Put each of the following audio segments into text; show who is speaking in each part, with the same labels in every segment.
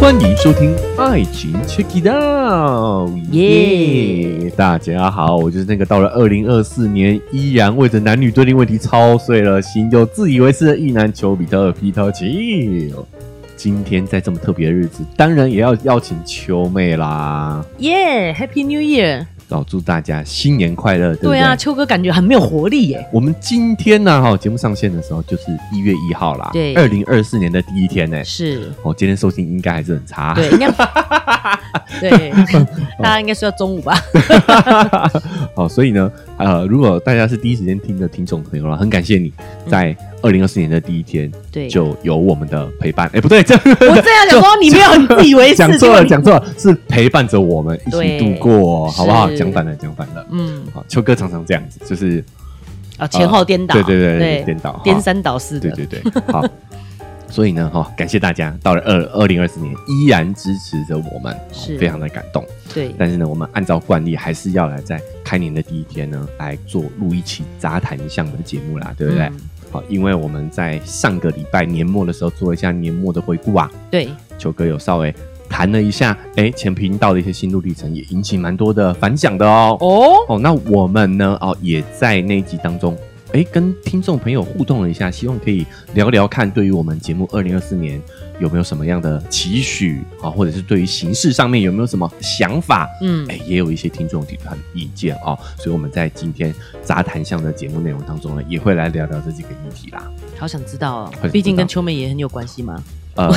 Speaker 1: 欢迎收听《爱情 Check It Out》，耶！大家好，我就是那个到了二零二四年依然为着男女对立问题操碎了心又自以为是的意男丘比特皮特奇。今天在这么特别的日子，当然也要邀请秋妹啦，
Speaker 2: 耶、h a p p y New Year！
Speaker 1: 老祝大家新年快乐，对不对？
Speaker 2: 对啊，秋哥感觉很没有活力耶。
Speaker 1: 我们今天呢，哈，节目上线的时候就是一月一号啦，
Speaker 2: 对
Speaker 1: 二零二四年的第一天呢、
Speaker 2: 是，
Speaker 1: 哦，今天收听应该还是很差，
Speaker 2: 对， 应该对，大家应该睡到中午吧？
Speaker 1: 好，所以呢，呃，如果大家是第一时间听的听众朋友啦，很感谢你
Speaker 2: 嗯
Speaker 1: 在二零二四年的第一天
Speaker 2: 对，
Speaker 1: 就有我们的陪伴。哎、不对，这样
Speaker 2: 我这样想说，你没有很自以为是，
Speaker 1: 讲错
Speaker 2: 结果
Speaker 1: 了，
Speaker 2: 你
Speaker 1: 讲错了，是陪伴着我们一起
Speaker 2: 对
Speaker 1: 度过，好不好？
Speaker 2: 是
Speaker 1: 讲反了，讲反了。
Speaker 2: 嗯，
Speaker 1: 好，秋哥常常这样子，就是
Speaker 2: 啊，前后颠倒，
Speaker 1: 对对对
Speaker 2: 对，
Speaker 1: 颠倒，
Speaker 2: 颠
Speaker 1: 好
Speaker 2: 三倒四
Speaker 1: 对
Speaker 2: 的，
Speaker 1: 对对，好。所以呢，哈、感谢大家到了二二零二四年依然支持着我们，哦
Speaker 2: 是
Speaker 1: 非常的感动。
Speaker 2: 对
Speaker 1: 但是呢，我们按照惯例还是要来在开年的第一天呢，来做录一期杂谈项的节目啦，对不对？
Speaker 2: 嗯
Speaker 1: 好，因为我们在上个礼拜年末的时候做一下年末的回顾啊，
Speaker 2: 对，
Speaker 1: 球哥有稍微谈了一下，哎，前频道的一些心路历程，也引起蛮多的反响的哦。
Speaker 2: 哦，
Speaker 1: 哦，那我们呢？哦，也在那一集当中，哎，跟听众朋友互动了一下，希望可以聊聊看，对于我们节目二零二四年有没有什么样的期许啊、或者是对于形式上面有没有什么想法？
Speaker 2: 嗯，
Speaker 1: 哎，也有一些听众提出他的意见哦，所以我们在今天杂谈项的节目内容当中呢，也会来聊聊这几个议题啦。
Speaker 2: 好想知道哦
Speaker 1: 想知道，
Speaker 2: 毕竟跟秋妹也很有关 系嘛。
Speaker 1: 呃，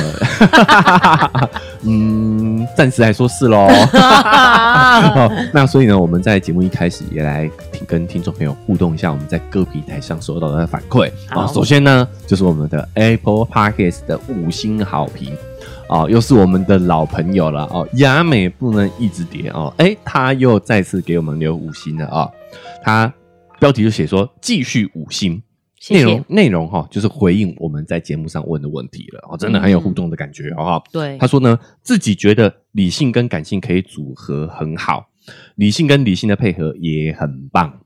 Speaker 1: 嗯，暂时来说是喽。 好，那所以呢，我们在节目一开始也来听跟听众朋友互动一下，我们在各平台上收到的反馈啊、
Speaker 2: 好
Speaker 1: 首先呢，就是我们的 Apple Podcast 的五星好评。哦，又是我们的老朋友了哦，雅美不能一直叠哦，哎，他又再次给我们留五星了啊、哦，他标题就写说继续五星，
Speaker 2: 谢
Speaker 1: 内
Speaker 2: 谢
Speaker 1: 容，内容哈、就是回应我们在节目上问的问题了哦，真的很有互动的感觉哦哈、
Speaker 2: 对
Speaker 1: 他，说呢，自己觉得理性跟感性可以组合很好，理性跟理性的配合也很棒。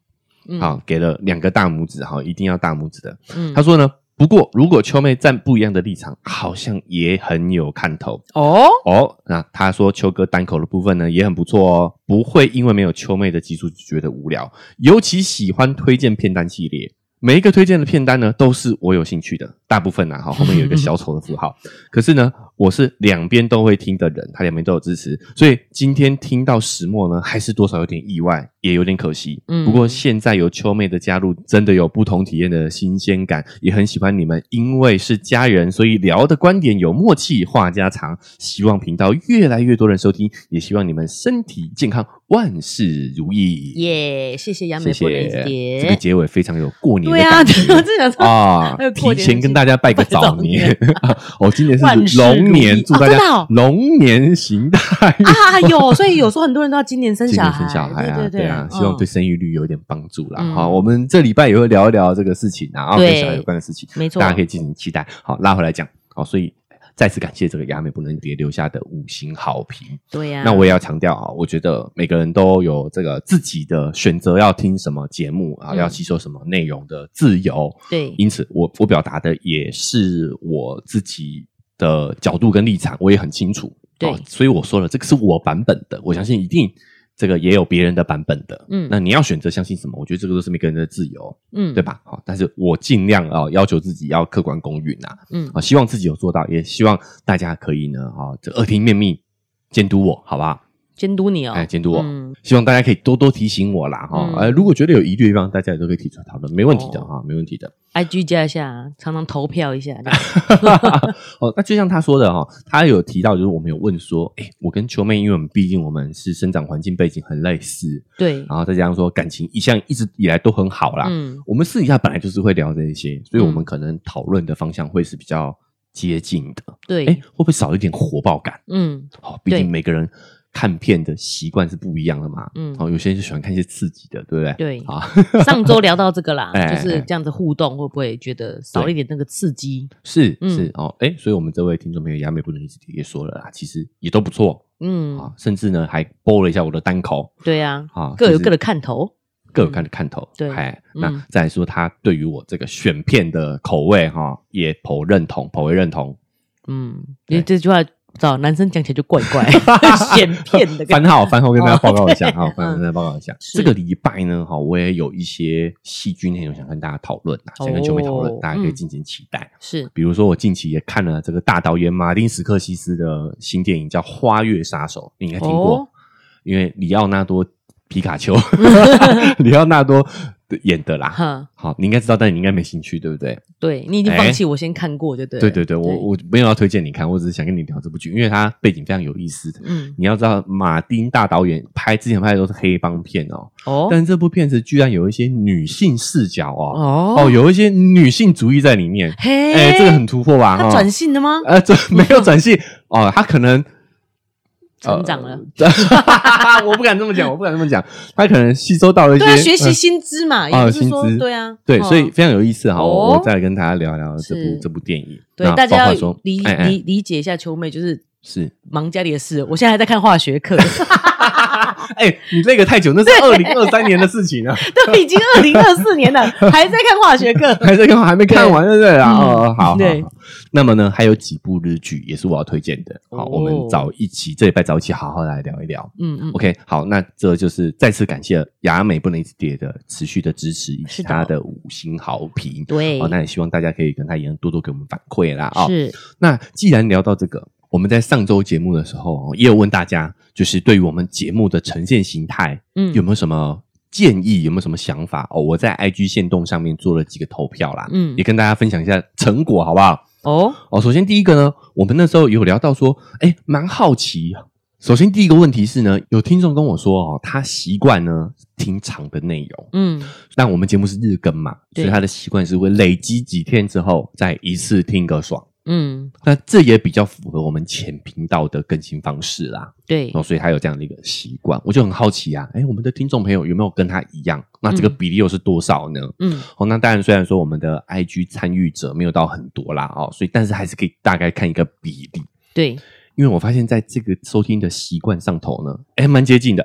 Speaker 2: 嗯
Speaker 1: 好、给了两个大拇指，哈，一定要大拇指的。
Speaker 2: 嗯
Speaker 1: 他说呢，不过如果秋妹站不一样的立场，好像也很有看头
Speaker 2: 哦，
Speaker 1: 哦。那他说秋哥单口的部分呢也很不错哦，不会因为没有秋妹的技术就觉得无聊，尤其喜欢推荐片单系列。每一个推荐的片单呢，都是我有兴趣的，大部分啊，哈，后面有一个小丑的符号。可是呢，我是两边都会听的人，他两边都有支持，所以今天听到石墨呢，还是多少有点意外，也有点可惜。
Speaker 2: 嗯
Speaker 1: 不过现在有秋妹的加入，真的有不同体验的新鲜感，也很喜欢你们，因为是家人，所以聊的观点有默契，话家常。希望频道越来越多人收听，也希望你们身体健康，万事如意。
Speaker 2: 耶，谢谢杨
Speaker 1: 谢
Speaker 2: 美不能
Speaker 1: 谢
Speaker 2: 一直，
Speaker 1: 这个
Speaker 2: 叠，
Speaker 1: 结尾非常有过年
Speaker 2: 对
Speaker 1: 的
Speaker 2: 啊，
Speaker 1: 感觉
Speaker 2: 我正想说，
Speaker 1: 啊
Speaker 2: 还有！
Speaker 1: 提
Speaker 2: 过年的
Speaker 1: 前跟
Speaker 2: 气
Speaker 1: 大家拜个
Speaker 2: 拜
Speaker 1: 早
Speaker 2: 早
Speaker 1: 年，哦，今年
Speaker 2: 万
Speaker 1: 是
Speaker 2: 事如意
Speaker 1: 龙年，祝大
Speaker 2: 哦真的
Speaker 1: 家
Speaker 2: 哦
Speaker 1: 龙年行大 运。
Speaker 2: 啊，有，所以有时候很多人都要今年生
Speaker 1: 今
Speaker 2: 小
Speaker 1: 年
Speaker 2: 孩，
Speaker 1: 生小孩啊，
Speaker 2: 对
Speaker 1: 对
Speaker 2: 对
Speaker 1: 啊，希望对
Speaker 2: 嗯
Speaker 1: 生育率有一点帮助啦。
Speaker 2: 嗯
Speaker 1: 好，我们这礼拜也会聊一聊这个事情啊，啊，
Speaker 2: 对
Speaker 1: 跟小孩有关的事情，
Speaker 2: 没错
Speaker 1: 大家可以进行期待。好，拉回来讲，好，所以再次感谢这个雅美不能别留下的五星好评。
Speaker 2: 对呀。
Speaker 1: 那我也要强调啊，我觉得每个人都有这个自己的选择，要听什么节目啊，
Speaker 2: 嗯
Speaker 1: 要吸收什么内容的自由。
Speaker 2: 对
Speaker 1: 因此我我表达的也是我自己的角度跟立场，我也很清楚。哦
Speaker 2: 对
Speaker 1: 所以我说了，这个是我版本的，我相信一定这个也有别人的版本的。
Speaker 2: 嗯
Speaker 1: 那你要选择相信什么？我觉得这个都是每个人的自由，
Speaker 2: 嗯
Speaker 1: 对？吧？好，但是我尽量啊、要求自己要客观公允啊，
Speaker 2: 嗯
Speaker 1: 啊、，希望自己有做到，也希望大家可以呢，啊、这耳提面命监督我，好不好？
Speaker 2: 监督你哦，
Speaker 1: 哎监督我
Speaker 2: 嗯，
Speaker 1: 希望大家可以多多提醒我啦，哈、
Speaker 2: 嗯
Speaker 1: 呃，如果觉得有疑虑的地方，大家也都可以提出来讨论，没问题的
Speaker 2: 哦
Speaker 1: 哈、没问题的。
Speaker 2: IG 加一下，常常投票一下。 这样
Speaker 1: 哦，那就像他说的哈、他有提到，就是我们有问说，哎，我跟秋妹，因为我们毕竟我们是生长环境背景很类似，
Speaker 2: 对，
Speaker 1: 然后再加上说感情一向一直以来都很好啦。
Speaker 2: 嗯，
Speaker 1: 我们私底下本来就是会聊这一些，所以我们
Speaker 2: 嗯
Speaker 1: 可能讨论的方向会是比较接近的。哎、
Speaker 2: 对，
Speaker 1: 会不会少一点火爆感？
Speaker 2: 嗯，
Speaker 1: 哦，毕竟
Speaker 2: 对
Speaker 1: 每个人看片的习惯是不一样的嘛。
Speaker 2: 嗯
Speaker 1: 哦，有些人就喜欢看一些刺激的，对不对？
Speaker 2: 对
Speaker 1: 啊，
Speaker 2: 上周聊到这个啦，
Speaker 1: 哎
Speaker 2: 就是这样子互动，会不会觉得少一点那个刺激？
Speaker 1: 是
Speaker 2: 嗯
Speaker 1: 是哦，哎，所以我们这位听众朋友雅美不能一直也说了啦，其实也都不错。
Speaker 2: 嗯，
Speaker 1: 啊，甚至呢还播了一下我的单口
Speaker 2: 对啊，
Speaker 1: 啊，
Speaker 2: 各有
Speaker 1: 就是
Speaker 2: 各的看头。
Speaker 1: 各有各的看头。
Speaker 2: 对
Speaker 1: 哎，
Speaker 2: 嗯
Speaker 1: 那再 来说他对于我这个选片的口味哈，也颇认同，颇为认同。
Speaker 2: 嗯，
Speaker 1: 对
Speaker 2: 因为这句话不知道男生讲起来就怪怪 显骗的感
Speaker 1: 番
Speaker 2: 觉。
Speaker 1: 号番号跟大家报告一 下
Speaker 2: 哦
Speaker 1: 哈，
Speaker 2: 对
Speaker 1: 番号跟大家报告一下。
Speaker 2: 是
Speaker 1: 这个礼拜呢，哈，我也有一些细菌内容想跟大家讨论啊，想跟球妹讨论
Speaker 2: 哦，
Speaker 1: 大家可以
Speaker 2: 嗯
Speaker 1: 敬请期待。
Speaker 2: 是
Speaker 1: 比如说，我近期也看了这个大导演马丁·斯科西斯的新电影叫《花月杀手》，你应该听过，
Speaker 2: 哦
Speaker 1: 因为里奥纳多·皮卡 丘，里奥纳多演的啦。
Speaker 2: 哈，
Speaker 1: 好，你应该知道，但你应该没兴趣，对不对？
Speaker 2: 对你已经
Speaker 1: 哎
Speaker 2: 放弃我先看过，对不对？
Speaker 1: 对对对，我我没有要推荐你看，我只是想跟你聊这部剧，因为它背景非常有意思。
Speaker 2: 嗯
Speaker 1: 你要知道，马丁大导演拍之前拍的都是黑帮片哦，
Speaker 2: 哦
Speaker 1: 但这部片子居然有一些女性视角哦，
Speaker 2: 哦
Speaker 1: 哦，有一些女性主义在里面，
Speaker 2: 嘿，
Speaker 1: 哎、这个很突破吧？
Speaker 2: 他
Speaker 1: 哈
Speaker 2: 转性了吗？
Speaker 1: 呃，这没有转系哦，他可能
Speaker 2: 成长了，
Speaker 1: 呃 我不敢这么讲，我不敢这么讲，他可能吸收到了一些
Speaker 2: 对啊，学习
Speaker 1: 呃
Speaker 2: 新知
Speaker 1: 啊
Speaker 2: 嘛，也不是说
Speaker 1: 薪资
Speaker 2: 对啊，
Speaker 1: 对，
Speaker 2: 哦
Speaker 1: 所以非常有意思哈。
Speaker 2: 哦
Speaker 1: 我我再来跟大家聊聊这部
Speaker 2: 是
Speaker 1: 这部电影，
Speaker 2: 对
Speaker 1: 那
Speaker 2: 大
Speaker 1: 包
Speaker 2: 家
Speaker 1: 括
Speaker 2: 要
Speaker 1: 说
Speaker 2: 理
Speaker 1: 哎哎
Speaker 2: 理理解一下秋妹就是
Speaker 1: 是，
Speaker 2: 忙家里的事，我现在还在看化学课，
Speaker 1: 哎，你这个太久，那是二零二三年的事情了，
Speaker 2: 都已经二零二四年了， 还在看化学课。
Speaker 1: 还在看还没看完，对不对啊？
Speaker 2: 嗯
Speaker 1: 哦，好，好
Speaker 2: 对
Speaker 1: 好那么呢，还有几部日剧也是我要推荐的，好，
Speaker 2: 哦
Speaker 1: 我们找一期这礼拜找一期好好来聊一聊。
Speaker 2: 嗯嗯，
Speaker 1: OK，好，那这就是再次感谢雅美不能一直跌的持续的支持以及
Speaker 2: 是的
Speaker 1: 她的五星好评。
Speaker 2: 对
Speaker 1: 好，，那也希望大家可以跟她一样多多给我们反馈啦啊、
Speaker 2: 是
Speaker 1: 那既然聊到这个，我们在上周节目的时候也有问大家，就是对于我们节目的呈现形态
Speaker 2: 嗯
Speaker 1: 有没有什么建议，有没有什么想法？哦，我在 IG 线动上面做了几个投票啦，
Speaker 2: 嗯
Speaker 1: 也跟大家分享一下成果，好不好？
Speaker 2: 哦
Speaker 1: 哦，首先第一个呢，我们那时候有聊到说，哎，蛮好奇。啊首先第一个问题是呢，有听众跟我说哦，他习惯呢听长的内容，
Speaker 2: 嗯
Speaker 1: 但我们节目是日更嘛，所
Speaker 2: 对
Speaker 1: 以他的习惯是会累积几天之后再一次听个爽。
Speaker 2: 嗯
Speaker 1: 那这也比较符合我们前频道的更新方式啦，
Speaker 2: 对
Speaker 1: 哦，所以他有这样的一个习惯，我就很好奇啊，哎，我们的听众朋友有没有跟他一样？那这个
Speaker 2: 嗯
Speaker 1: 比例又是多少呢？
Speaker 2: 嗯
Speaker 1: 哦，那当然，虽然说我们的 IG 参与者没有到很多啦，哦，所以但是还是可以大概看一个比例，
Speaker 2: 对
Speaker 1: 因为我发现在这个收听的习惯上头呢，哎，蛮接近的。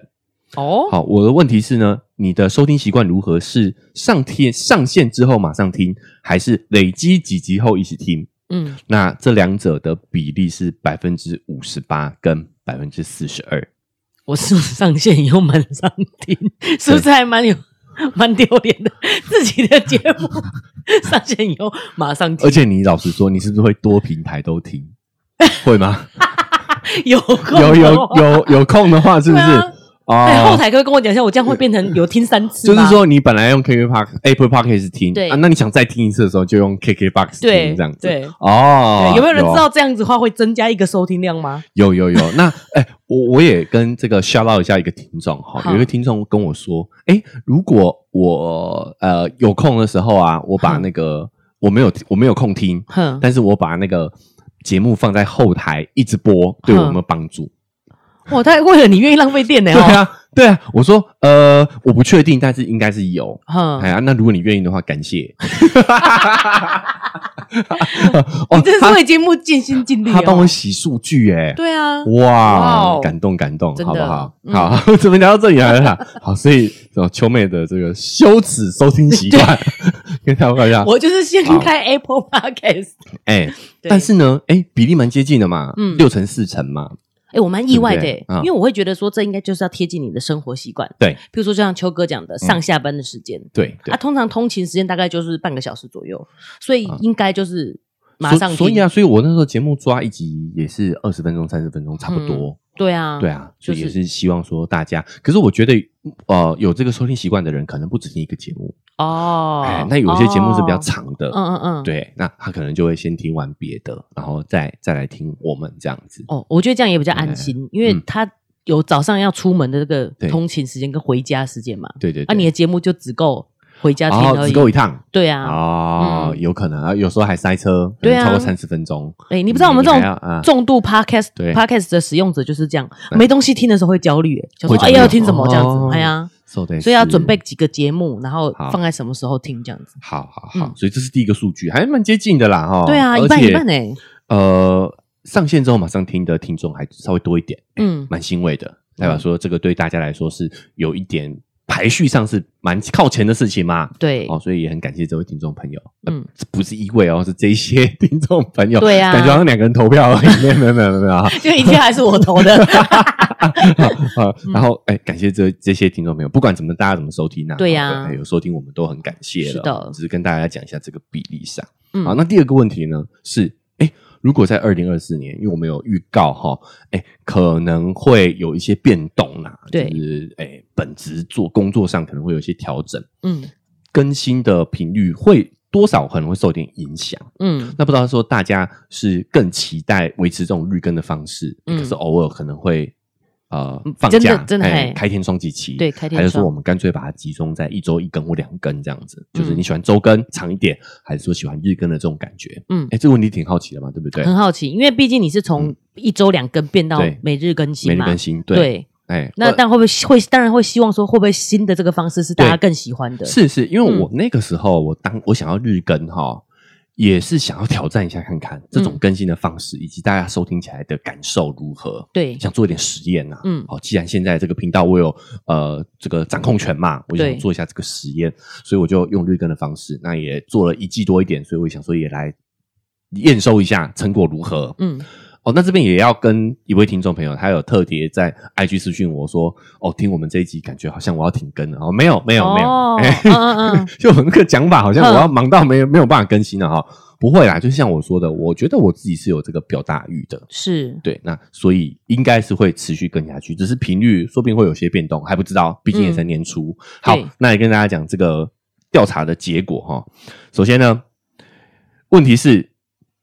Speaker 2: 哦
Speaker 1: 好，我的问题是呢，你的收听习惯如何？是上天上线之后马上听，还是累积几集后一起听？
Speaker 2: 嗯
Speaker 1: 那这两者的比例是百分之五十八跟百分之四十二。
Speaker 2: 我是上线以后满上听， 是不是还蛮有蛮丢脸的？自己的节目上线以后马上听
Speaker 1: 而，且你老实说，你是不是会多平台都 听？会吗？
Speaker 2: 有空
Speaker 1: 有
Speaker 2: 的
Speaker 1: 有
Speaker 2: 话
Speaker 1: 有有空的话，是不是？
Speaker 2: 对啊哎，后
Speaker 1: 哦，
Speaker 2: 台可不可以跟我讲一下，我这样会变成有听三次
Speaker 1: 就是
Speaker 2: 吗
Speaker 1: 说你本来用 KK Park Apple Park 听，
Speaker 2: 对
Speaker 1: 啊，那你想再听一次的时候，就用 KK Box
Speaker 2: 对
Speaker 1: 听这样子。
Speaker 2: 对
Speaker 1: 哦
Speaker 2: 对，有没有人
Speaker 1: 啊
Speaker 2: 知道这样子的话会增加一个收听量吗？
Speaker 1: 有有 有，那哎、我我也跟这个 shout out 一下一个听众哈，
Speaker 2: 好
Speaker 1: 有一个听众跟我说，哎、如果我呃有空的时候啊，我把
Speaker 2: 嗯
Speaker 1: 那个、我没有我没有啊空听，
Speaker 2: 哼，
Speaker 1: 但是我把那个节目放在后台一直播，对我有没有帮助？
Speaker 2: 哇，他为了你愿意浪费电 呢、
Speaker 1: 对
Speaker 2: 哦，
Speaker 1: 啊，对啊，我说呃我不确定，但是应该是有。哎
Speaker 2: 哼，
Speaker 1: 呀，那如果你愿意的话，感 谢。哦
Speaker 2: 你真是为节目尽心尽力、哦。
Speaker 1: 他帮我洗数据哎、
Speaker 2: 对啊，哇
Speaker 1: 哇，
Speaker 2: 哦
Speaker 1: 感动感动，
Speaker 2: 真
Speaker 1: 好不
Speaker 2: 的
Speaker 1: 好？
Speaker 2: 嗯
Speaker 1: 好， 怎么聊到这里来了啦？好，所以哦秋妹的这个羞耻收听习惯，跟大家报告一下。
Speaker 2: 我就是先开 Apple Podcast。
Speaker 1: 哎，
Speaker 2: 对
Speaker 1: 但是呢，哎，比例蛮接近的嘛，
Speaker 2: 嗯
Speaker 1: 六成四成嘛，
Speaker 2: 哎、我蛮意外的、
Speaker 1: 对不对嗯
Speaker 2: 因为我会觉得说，这应该就是要贴近你的生活习惯。
Speaker 1: 对，
Speaker 2: 譬如说，就像秋哥讲的，上下班的时间，
Speaker 1: 对嗯对
Speaker 2: 啊，。通常通勤时间大概就是半个小时左右，所以应该就是马
Speaker 1: 嗯所
Speaker 2: 上听。
Speaker 1: 所以啊，所以我那时候节目抓一集也是二十分钟、三十分钟，差不多。
Speaker 2: 对啊，
Speaker 1: 对，啊，所以也
Speaker 2: 就是
Speaker 1: 是希望说大家，可是我觉得，呃，有这个收听习惯的人，可能不止听一个节目。
Speaker 2: 哦，
Speaker 1: 哎，那有一些节目是比较
Speaker 2: 哦，
Speaker 1: 长的，
Speaker 2: 嗯嗯嗯，。
Speaker 1: 对，那他可能就会先听完别的，然后再再来听我们这样子。
Speaker 2: 哦，我觉得这样也比较安心，因为
Speaker 1: 嗯
Speaker 2: 他有早上要出门的这个
Speaker 1: 对
Speaker 2: 通勤时间跟回家时间嘛。
Speaker 1: 对对对，
Speaker 2: 啊，你的节目就只够回家
Speaker 1: 然
Speaker 2: 听
Speaker 1: 后
Speaker 2: 而
Speaker 1: 只
Speaker 2: 已。
Speaker 1: 够一趟
Speaker 2: 对啊，
Speaker 1: 哦，
Speaker 2: 嗯
Speaker 1: 有可能啊，有时候还塞车，可
Speaker 2: 对
Speaker 1: 能
Speaker 2: 啊
Speaker 1: 超过三十分钟。
Speaker 2: 哎，你不知道我们这
Speaker 1: 你还要啊
Speaker 2: 种重度 podcast
Speaker 1: 对
Speaker 2: podcast 的使用者就是这样，
Speaker 1: 对
Speaker 2: 没东西听的时候会焦虑，哎想
Speaker 1: 会
Speaker 2: 说
Speaker 1: 焦
Speaker 2: 哎
Speaker 1: 虑
Speaker 2: 要听什么这样
Speaker 1: 哦
Speaker 2: 子，哎呀，
Speaker 1: So 对，
Speaker 2: 所以要准备。几个节目，然后
Speaker 1: 好
Speaker 2: 放在什么时候听这样子。
Speaker 1: 好好好
Speaker 2: 嗯，
Speaker 1: 所以这是第一个数据，还蛮接近的啦哈。
Speaker 2: 对啊，
Speaker 1: 哦而
Speaker 2: 一半
Speaker 1: 且
Speaker 2: 一半哎，
Speaker 1: 呃，上线之后马上听的听众还稍微多一点，
Speaker 2: 嗯
Speaker 1: 蛮欣慰的，代表说这个对大家来说是有一点。排序上是蛮靠前的事情嘛。
Speaker 2: 对，
Speaker 1: 哦，所以也很感谢这位听众朋友，
Speaker 2: 嗯，
Speaker 1: 这不是一位哦，是这一些听众朋友，
Speaker 2: 对啊
Speaker 1: 感觉好像两个人投票而已，没有没有没有没有 啊，
Speaker 2: 就一定还是我 投的。
Speaker 1: 啊
Speaker 2: 嗯
Speaker 1: 然后哎，感谢这这些听众朋友，不管怎么大家怎么收听啊，
Speaker 2: 对呀
Speaker 1: 哎有收听我们都很感谢了，
Speaker 2: 是的
Speaker 1: 只是跟大家讲一下这个比例上。
Speaker 2: 嗯
Speaker 1: 好，那第二个问题呢是，哎，如果在二零二四年，因为我们有预告哈，哎，可能会有一些变动啦，
Speaker 2: 对
Speaker 1: 就是哎，本职做工作上可能会有一些调整，
Speaker 2: 嗯
Speaker 1: 更新的频率会多少可能会受点影响。
Speaker 2: 嗯
Speaker 1: 那不知道说大家是更期待维持这种日更的方式，
Speaker 2: 嗯
Speaker 1: 可是偶尔可能会呃
Speaker 2: 嗯
Speaker 1: 放
Speaker 2: 真的
Speaker 1: 假，
Speaker 2: 真的
Speaker 1: 哎
Speaker 2: 嘿
Speaker 1: 开天双几期，
Speaker 2: 对开天
Speaker 1: 还是说
Speaker 2: 窗
Speaker 1: 我们干脆把它集中在一周一更或两更这样子，就是
Speaker 2: 嗯
Speaker 1: 你喜欢周更长一点，还是说喜欢日更的这种感觉？
Speaker 2: 嗯
Speaker 1: 哎，这个问题挺好奇的嘛，对不对？嗯
Speaker 2: 很好奇，因为毕竟你是从一周两更变到
Speaker 1: 对
Speaker 2: 每日更
Speaker 1: 每
Speaker 2: 新
Speaker 1: 日
Speaker 2: 嘛，
Speaker 1: 更新，对，
Speaker 2: 对。
Speaker 1: 哎，
Speaker 2: 那
Speaker 1: 呃
Speaker 2: 但会不会会当然会希望说会不会新的这个方式是大家
Speaker 1: 对
Speaker 2: 更喜欢的？
Speaker 1: 是是，因为
Speaker 2: 嗯
Speaker 1: 我那个时候，我当我想要日更哈，也是想要挑战一下看看这种
Speaker 2: 嗯
Speaker 1: 更新的方式，以及大家收听起来的感受如何。
Speaker 2: 对
Speaker 1: 想做一点实验呐、
Speaker 2: 嗯
Speaker 1: 好、既然现在这个频道我有呃这个掌控权嘛，我就
Speaker 2: 对
Speaker 1: 想做一下这个实验，所以我就用日更的方式，那也做了一季多一点，所以我想说也来验收一下成果如何。
Speaker 2: 嗯，
Speaker 1: 哦，那这边也要跟一位听众朋友，他有特别在 IG 私讯我说，哦，听我们这一集感觉好像我要停更了，哦，没有没有、没有，
Speaker 2: 哦
Speaker 1: 哎
Speaker 2: 嗯嗯嗯
Speaker 1: 就我那个讲法好像我要忙到没有没有办法更新了哈，不会啦，就像我说的，我觉得我自己是有这个表达欲的，
Speaker 2: 是，
Speaker 1: 对，那所以应该是会持续更下去，只是频率说不定会有些变动，还不知道，毕竟也才年初。好
Speaker 2: 嗯对，
Speaker 1: 那也跟大家讲这个调查的结果哈。首先呢，问题是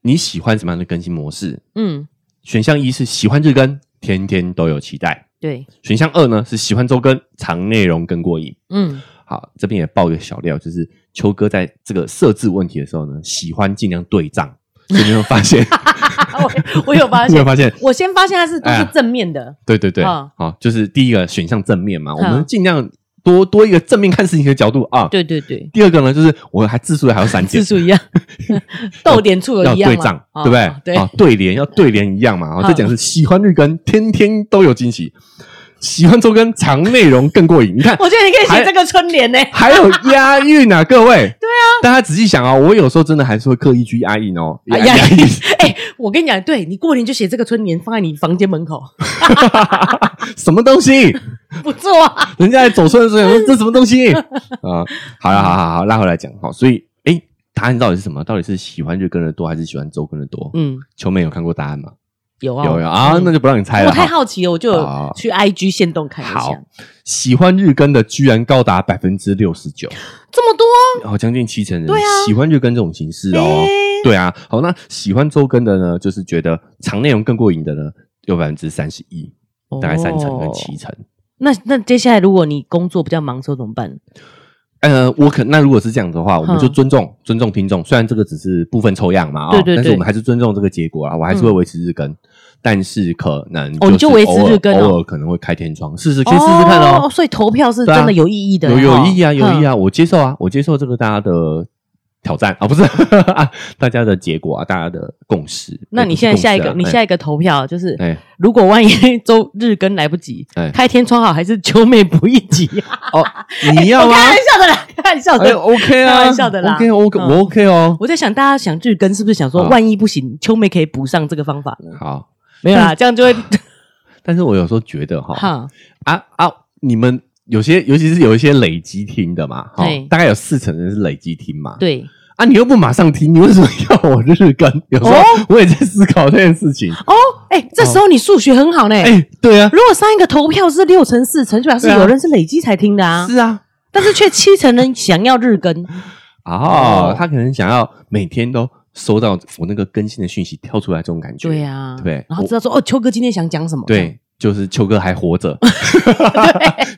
Speaker 1: 你喜欢什么样的更新模式？
Speaker 2: 嗯，
Speaker 1: 选项一是喜欢日更，天天都有期待；
Speaker 2: 对，
Speaker 1: 选项二呢是喜欢周更，长内容更过瘾。
Speaker 2: 嗯
Speaker 1: 好，这边也爆一个小料，就是秋哥在这个设置问题的时候呢，喜欢尽量对账，所以你有没有发 现？
Speaker 2: 啊， 我我有发
Speaker 1: 你有没哎
Speaker 2: 现
Speaker 1: 有，发现？
Speaker 2: 我先发现它是都是正面的，
Speaker 1: 对对对，
Speaker 2: 嗯
Speaker 1: 好、就是第一个选项正面嘛，我们
Speaker 2: 嗯
Speaker 1: 尽量多多一个正面看事情的角度啊。
Speaker 2: 对对 对，
Speaker 1: 第二个呢，就是我还字数还要删减
Speaker 2: 字，数一 样，逗点处有
Speaker 1: 要
Speaker 2: 一样
Speaker 1: 对
Speaker 2: 嘛
Speaker 1: 账，
Speaker 2: 哦
Speaker 1: 对不对？
Speaker 2: 对
Speaker 1: 啊，对联要对联一样嘛。啊，
Speaker 2: 嗯
Speaker 1: 这讲是喜欢日更，天天都有惊喜，喜欢周更，长内容更过瘾。你看，
Speaker 2: 我觉得你可以
Speaker 1: 还
Speaker 2: 写这个春联呢。
Speaker 1: 还有押韵啊，各位。对啊，大家仔细想哦，我有时候真的还是会刻意去押韵哦，
Speaker 2: 啊押韵哎，我跟你讲，对你过年就写这个春联放在你房间门口，
Speaker 1: 什么东西？
Speaker 2: 不错啊。
Speaker 1: 人家在走村的时候想 说这什么东西啊、好了，好好好，拉回来讲好，所以哎、诶答案到底是什么？到底是喜欢日更的多还是喜欢周更的多？
Speaker 2: 嗯，
Speaker 1: 秋妹有看过答案吗？
Speaker 2: 有啊，
Speaker 1: 有有啊，
Speaker 2: 嗯
Speaker 1: 那就不让你猜了
Speaker 2: 我太
Speaker 1: 哈。
Speaker 2: 好奇了，我就
Speaker 1: 好
Speaker 2: 有去 IG 线动看一
Speaker 1: 好
Speaker 2: 下，
Speaker 1: 喜欢日更的居然高达百分之六十九，
Speaker 2: 这么多，
Speaker 1: 哦，将近七成人、
Speaker 2: 对啊
Speaker 1: 喜欢日更这种形式哦。
Speaker 2: 哎
Speaker 1: 对啊，好，那喜欢周更的呢，就是觉得长内容更过瘾的呢，有百分之三十一，大概三成跟七
Speaker 2: 哦
Speaker 1: 成。
Speaker 2: 那那接下来如果你工作比较忙的时候怎么办？
Speaker 1: 呃，我可那如果是这样的话，我们
Speaker 2: 嗯
Speaker 1: 就尊重、尊重听众，虽然这个只是部分抽样嘛啊、
Speaker 2: 对对
Speaker 1: 但是
Speaker 2: 对嗯
Speaker 1: 我们还是尊重这个结果啊，我还是会维持日更，但是可能
Speaker 2: 哦你就是维持
Speaker 1: 偶尔
Speaker 2: 日更哦
Speaker 1: 偶尔可能会开天窗，试试可以试试看哦，
Speaker 2: 所以投票是
Speaker 1: 对啊
Speaker 2: 真的有意义的，
Speaker 1: 有有意义啊，
Speaker 2: 哦
Speaker 1: 有意义。啊，我接受啊，我接受这个大家的挑战 啊，不是大家的结果啊，大家的共识。
Speaker 2: 那你现在下一个，你下
Speaker 1: 一
Speaker 2: 一个投票就是，
Speaker 1: 啊哎
Speaker 2: 如果万一周日更来不及
Speaker 1: 哎，
Speaker 2: 开天窗好还是秋妹补一 集啊？
Speaker 1: 哦，你要
Speaker 2: 我
Speaker 1: 吗？
Speaker 2: 开玩笑的啦，开玩笑
Speaker 1: 哎
Speaker 2: 的。
Speaker 1: ，OK 啊，
Speaker 2: 开玩笑的啦
Speaker 1: OK OK，
Speaker 2: 嗯
Speaker 1: 我 OK 哦，
Speaker 2: 我在想，大家想日更是不是想
Speaker 1: 嗯
Speaker 2: 说，万一不行，秋妹可以补上这个方法？
Speaker 1: 好。
Speaker 2: 没有啦，这样就会
Speaker 1: 但是我有时候觉得哈，
Speaker 2: 哈，
Speaker 1: 啊啊！你们有些，尤其是有一些累积听的嘛，哈、
Speaker 2: 对
Speaker 1: 大概有四成人是累积听嘛。
Speaker 2: 对
Speaker 1: 啊，你又不马上听，你为什么要我日更？有时候
Speaker 2: 哦
Speaker 1: 我也在思考这件事情。
Speaker 2: 哦，哎，这时候你数学很好呢。
Speaker 1: 哎、对啊，
Speaker 2: 如果上一个投票是六成四成，就表示
Speaker 1: 对啊
Speaker 2: 有人是累积才听的啊，
Speaker 1: 是啊，
Speaker 2: 但是却七成人想要日更，
Speaker 1: 哦
Speaker 2: 哦，
Speaker 1: 他可能想要每天都收到我那个更新的讯息跳出来这种感觉。
Speaker 2: 对呀，
Speaker 1: 对
Speaker 2: 然后知道说哦，秋哥今天想讲什么？
Speaker 1: 对，就是秋哥还活 着，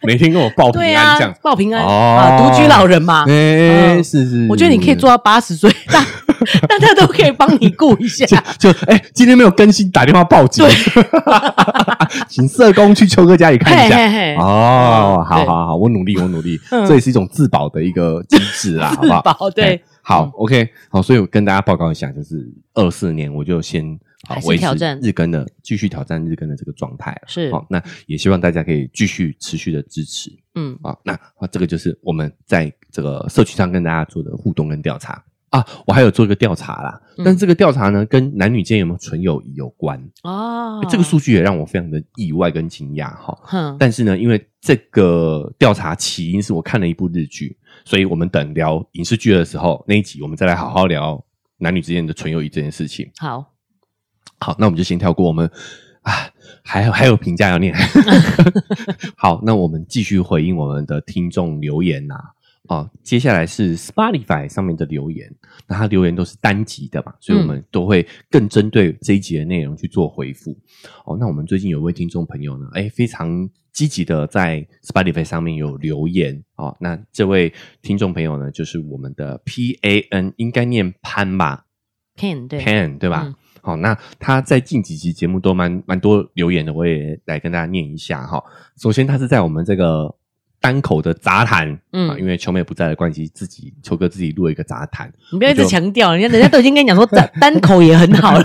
Speaker 1: 每天跟我报平
Speaker 2: 对
Speaker 1: 安
Speaker 2: 啊
Speaker 1: 这样。，
Speaker 2: 报平安
Speaker 1: 哦
Speaker 2: 啊，独居老人嘛
Speaker 1: 哎、，
Speaker 2: 嗯
Speaker 1: 是是，
Speaker 2: 我觉得你可以做到八十岁， 大大家都可以帮你顾 一下。
Speaker 1: 就哎、今天没有更新，打电话报警， 请社工去秋哥家里看一
Speaker 2: 嘿
Speaker 1: 下。
Speaker 2: 嘿嘿，
Speaker 1: 哦，好
Speaker 2: 对
Speaker 1: 好好，我努力，我努力，
Speaker 2: 嗯
Speaker 1: 这也是一种自保的一个机制啦，好不 好？
Speaker 2: 自保对
Speaker 1: 哎，好
Speaker 2: 嗯
Speaker 1: ，OK，好，所以我跟大家报告一下，就是二四年我就先好
Speaker 2: 还是
Speaker 1: 维持
Speaker 2: 挑战
Speaker 1: 日更的，继续挑战日更的这个状态了。
Speaker 2: 是
Speaker 1: 好，那也希望大家可以继续持续的支持。
Speaker 2: 嗯
Speaker 1: 啊。那啊，这个就是我们在这个社区上跟大家做的互动跟调查啊。我还有做一个调查啦，
Speaker 2: 嗯
Speaker 1: 但是这个调查呢，跟男女间有没有纯友谊有关。
Speaker 2: 哦
Speaker 1: 诶，这个数据也让我非常的意外跟惊讶哈。
Speaker 2: 哼，
Speaker 1: 但是呢，因为这个调查起因是我看了一部日剧，所以我们等聊影视剧的时候那一集，我们再来好好聊男女之间的纯友谊这件事情。
Speaker 2: 好，
Speaker 1: 好，那我们就先跳过我们啊，还有还有评价要念。 好，那我们继续回应我们的听众留言呐、啊。接下来是 Spotify 上面的留言，那它留言都是单集的嘛，所以我们都会更针对这一集的内容去做回复。哦，那我们最近有位听众朋友呢，哎，非常积极的在 Spotify 上面有留言哦。那这位听众朋友呢，就是我们的 P A N，应该念潘吧？
Speaker 2: Ken 对
Speaker 1: Pan 对吧？
Speaker 2: 嗯
Speaker 1: 好，那他在近几集节目都蛮蛮多留言的，我也来跟大家念一下哈。首先，他是在我们这个单口的杂谈，
Speaker 2: 嗯
Speaker 1: 啊，因为球妹不在的关系，自己球哥自己录了一个杂 谈。
Speaker 2: 你不要一
Speaker 1: 我
Speaker 2: 直
Speaker 1: 就
Speaker 2: 强调，人家人家都已经跟你讲说 单单口也很好了，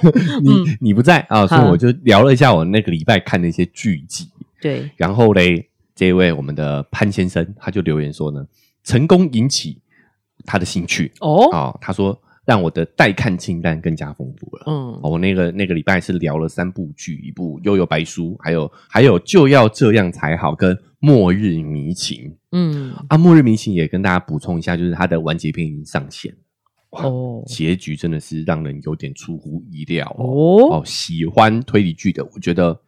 Speaker 1: 你、你不在啊，所以
Speaker 2: 嗯好
Speaker 1: 我就聊了一下我那个礼拜看的一些剧集。
Speaker 2: 对，
Speaker 1: 然后嘞，这位我们的潘先生他就留言说呢，成功引起他的兴趣
Speaker 2: 哦，
Speaker 1: 啊、他说让我的待看清单更加丰富了。
Speaker 2: 嗯，
Speaker 1: 哦，我那个那个礼拜是聊了三部剧，一部《悠悠白书》，还有还有就要这样才好，跟《末日迷情》
Speaker 2: 嗯，
Speaker 1: 啊，《末日迷情》也跟大家补充一下，就是它的完结篇已经上线，哇
Speaker 2: 哦，
Speaker 1: 结局真的是让人有点出乎意料哦。
Speaker 2: 哦，
Speaker 1: 哦，喜欢推理剧的，我觉得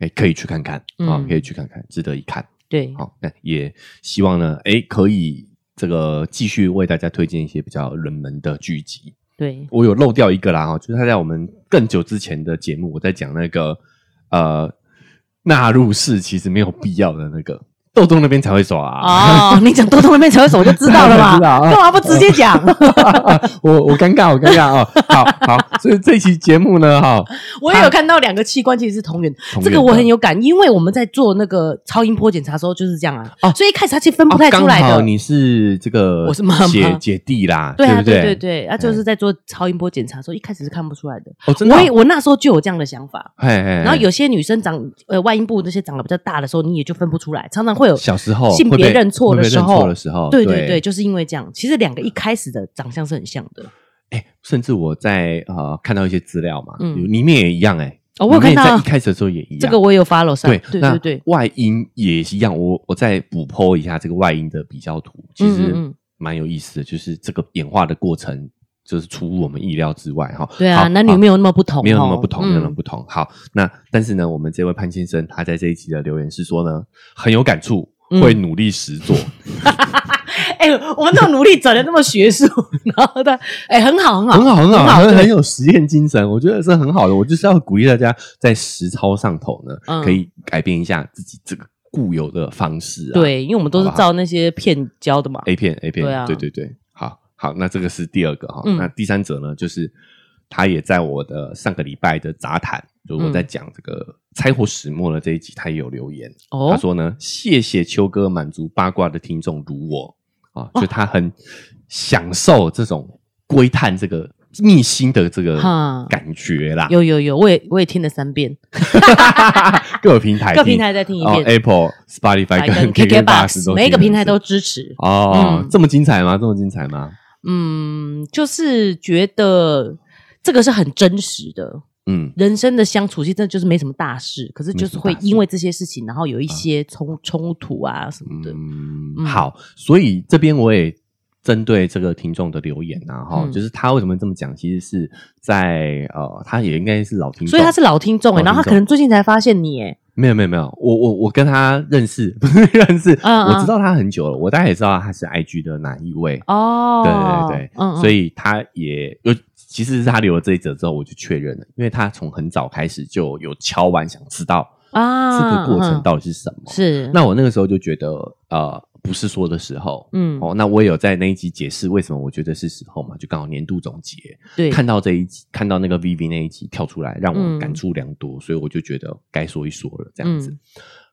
Speaker 1: 哎可以去看看啊、
Speaker 2: 嗯
Speaker 1: 可以去看看，值得一看。
Speaker 2: 对，
Speaker 1: 好，那也希望呢，哎可以这个继续为大家推荐一些比较冷门的剧集。
Speaker 2: 对，
Speaker 1: 我有漏掉一个啦哦哈，就是他在我们更久之前的节目，我在讲那个呃纳入式其实没有必要的那个豆豆那边才会耍啊。
Speaker 2: 哦， 你讲多动那边才会手我就知道了嘛，
Speaker 1: 知道啊
Speaker 2: 干嘛不直接 讲？
Speaker 1: 我我尴尬，我尴尬啊、好好，所以这期节目呢，哈、
Speaker 2: 我也有看到两个器官其实是同源，
Speaker 1: 同源的哦
Speaker 2: 这个我很有感，因为我们在做那个超音波检查的时候就是这样啊，
Speaker 1: 哦
Speaker 2: 所以一开始它其实分不
Speaker 1: 哦
Speaker 2: 太出来
Speaker 1: 刚好
Speaker 2: 的。
Speaker 1: 你是这个
Speaker 2: 我是妈妈
Speaker 1: 姐姐弟啦，
Speaker 2: 对啊，
Speaker 1: 不对
Speaker 2: 对对对，啊，就是在做超音波检查的时候，一开始是看不出来的。
Speaker 1: 哦，真的、
Speaker 2: 我
Speaker 1: 哦
Speaker 2: 也，我那时候就有这样的想法，
Speaker 1: 嘿嘿嘿
Speaker 2: 然后有些女生长呃外阴部那些长得比较大的时候，你也就分不出来，常常会有
Speaker 1: 小时候
Speaker 2: 性
Speaker 1: 会
Speaker 2: 别
Speaker 1: 被
Speaker 2: 认错
Speaker 1: 会
Speaker 2: 的
Speaker 1: 被
Speaker 2: 时
Speaker 1: 认错
Speaker 2: 候
Speaker 1: 的，时候，
Speaker 2: 对对对，就是因为这样，其实两个一开始的长相是很像的。
Speaker 1: 哎、甚至我在呃看到一些资料嘛，
Speaker 2: 嗯
Speaker 1: 嗯，里面也一样哎、
Speaker 2: 哦，我有
Speaker 1: 里
Speaker 2: 看
Speaker 1: 面在
Speaker 2: 到
Speaker 1: 一开始的时候也一样，
Speaker 2: 这个，我也有 follow 上，
Speaker 1: 对
Speaker 2: 对
Speaker 1: 那
Speaker 2: 对对，
Speaker 1: 外音也是一样。我我再补剖一下这个外音的比较图，其
Speaker 2: 嗯嗯
Speaker 1: 实
Speaker 2: 嗯
Speaker 1: 蛮有意思的，就是这个演化的过程，就是出乎我们意料之外哈。
Speaker 2: 对啊，
Speaker 1: 好
Speaker 2: 男女
Speaker 1: 好
Speaker 2: 没有那么不同哦，
Speaker 1: 没有那么不同，没有那么
Speaker 2: 嗯
Speaker 1: 不同。好，那但是呢，我们这位潘先生他在这一集的留言是说呢，很有感触，
Speaker 2: 嗯
Speaker 1: 会努力实做。
Speaker 2: 哎、我们这种努力整的那么学术， 然后他哎、很好 很好
Speaker 1: 很好，很好，很
Speaker 2: 对
Speaker 1: 很有实验精神，我觉得是很好的。我就是要鼓励大家在实操上头呢，
Speaker 2: 嗯
Speaker 1: 可以改变一下自己这个固有的方式、啊。
Speaker 2: 对，因为我们都是
Speaker 1: 好不好
Speaker 2: 照那些片教的嘛。
Speaker 1: A 片 A 片，
Speaker 2: 对啊
Speaker 1: 对对对好好，那这个是第二个哈、
Speaker 2: 嗯
Speaker 1: 那第三者呢，就是他也在我的上个礼拜的杂谈，就我在
Speaker 2: 嗯
Speaker 1: 讲这个拆火始末的这一集，他也有留言，他
Speaker 2: 哦，
Speaker 1: 说呢，谢谢秋哥满足八卦的听众如我啊，就他很享受这种窥探这个秘辛的这个
Speaker 2: 哈
Speaker 1: 感觉啦，
Speaker 2: 有有有，我也我也听了三遍，
Speaker 1: 各平台
Speaker 2: 各平
Speaker 1: 听
Speaker 2: 台再听一
Speaker 1: 哦
Speaker 2: 遍，
Speaker 1: Apple、Spotify 跟 KKBox 都
Speaker 2: 每一个
Speaker 1: 听
Speaker 2: 平
Speaker 1: 了
Speaker 2: 台
Speaker 1: 是
Speaker 2: 都支持。
Speaker 1: 哦、
Speaker 2: 嗯
Speaker 1: 这么精彩吗？这么精彩吗？
Speaker 2: 嗯，就是觉得这个是很真实的，
Speaker 1: 嗯，
Speaker 2: 人生的相处其实真的就是没什么大事，可是
Speaker 1: 没
Speaker 2: 就
Speaker 1: 什
Speaker 2: 是
Speaker 1: 么
Speaker 2: 会
Speaker 1: 大事
Speaker 2: 因为这些事情，然后有一些冲冲突啊什么的。
Speaker 1: 啊嗯，
Speaker 2: 嗯
Speaker 1: 好，所以这边我也针对这个听众的留言啊，哈、
Speaker 2: 嗯
Speaker 1: 就是他为什么这么讲，其实是在呃，他也应该是老听众，
Speaker 2: 所以他是老听众哎、
Speaker 1: 嗯老
Speaker 2: 然后
Speaker 1: 听众
Speaker 2: 他可能最近才发现你哎、
Speaker 1: 没有没有没有，我我我跟他认识不是认识，
Speaker 2: 嗯嗯
Speaker 1: 我知道他很久了，我大概也知道他是 IG 的哪一位，
Speaker 2: 哦，
Speaker 1: 对对对对，
Speaker 2: 嗯嗯，
Speaker 1: 所以他也有。其实是他留了这一则之后，我就确认了，因为他从很早开始就有敲完，想知道这
Speaker 2: 啊，
Speaker 1: 个过程
Speaker 2: 嗯
Speaker 1: 到底是什么。
Speaker 2: 是
Speaker 1: 那我那个时候就觉得，呃，不是说的时候，
Speaker 2: 嗯，
Speaker 1: 哦，那我也有在那一集解释为什么我觉得是时候嘛，就刚好年度总结，
Speaker 2: 对，
Speaker 1: 看到这一集，看到那个 Vivi 那一集跳出来，让我
Speaker 2: 嗯
Speaker 1: 感触良多，所以我就觉得该说一说了，这样子。
Speaker 2: 嗯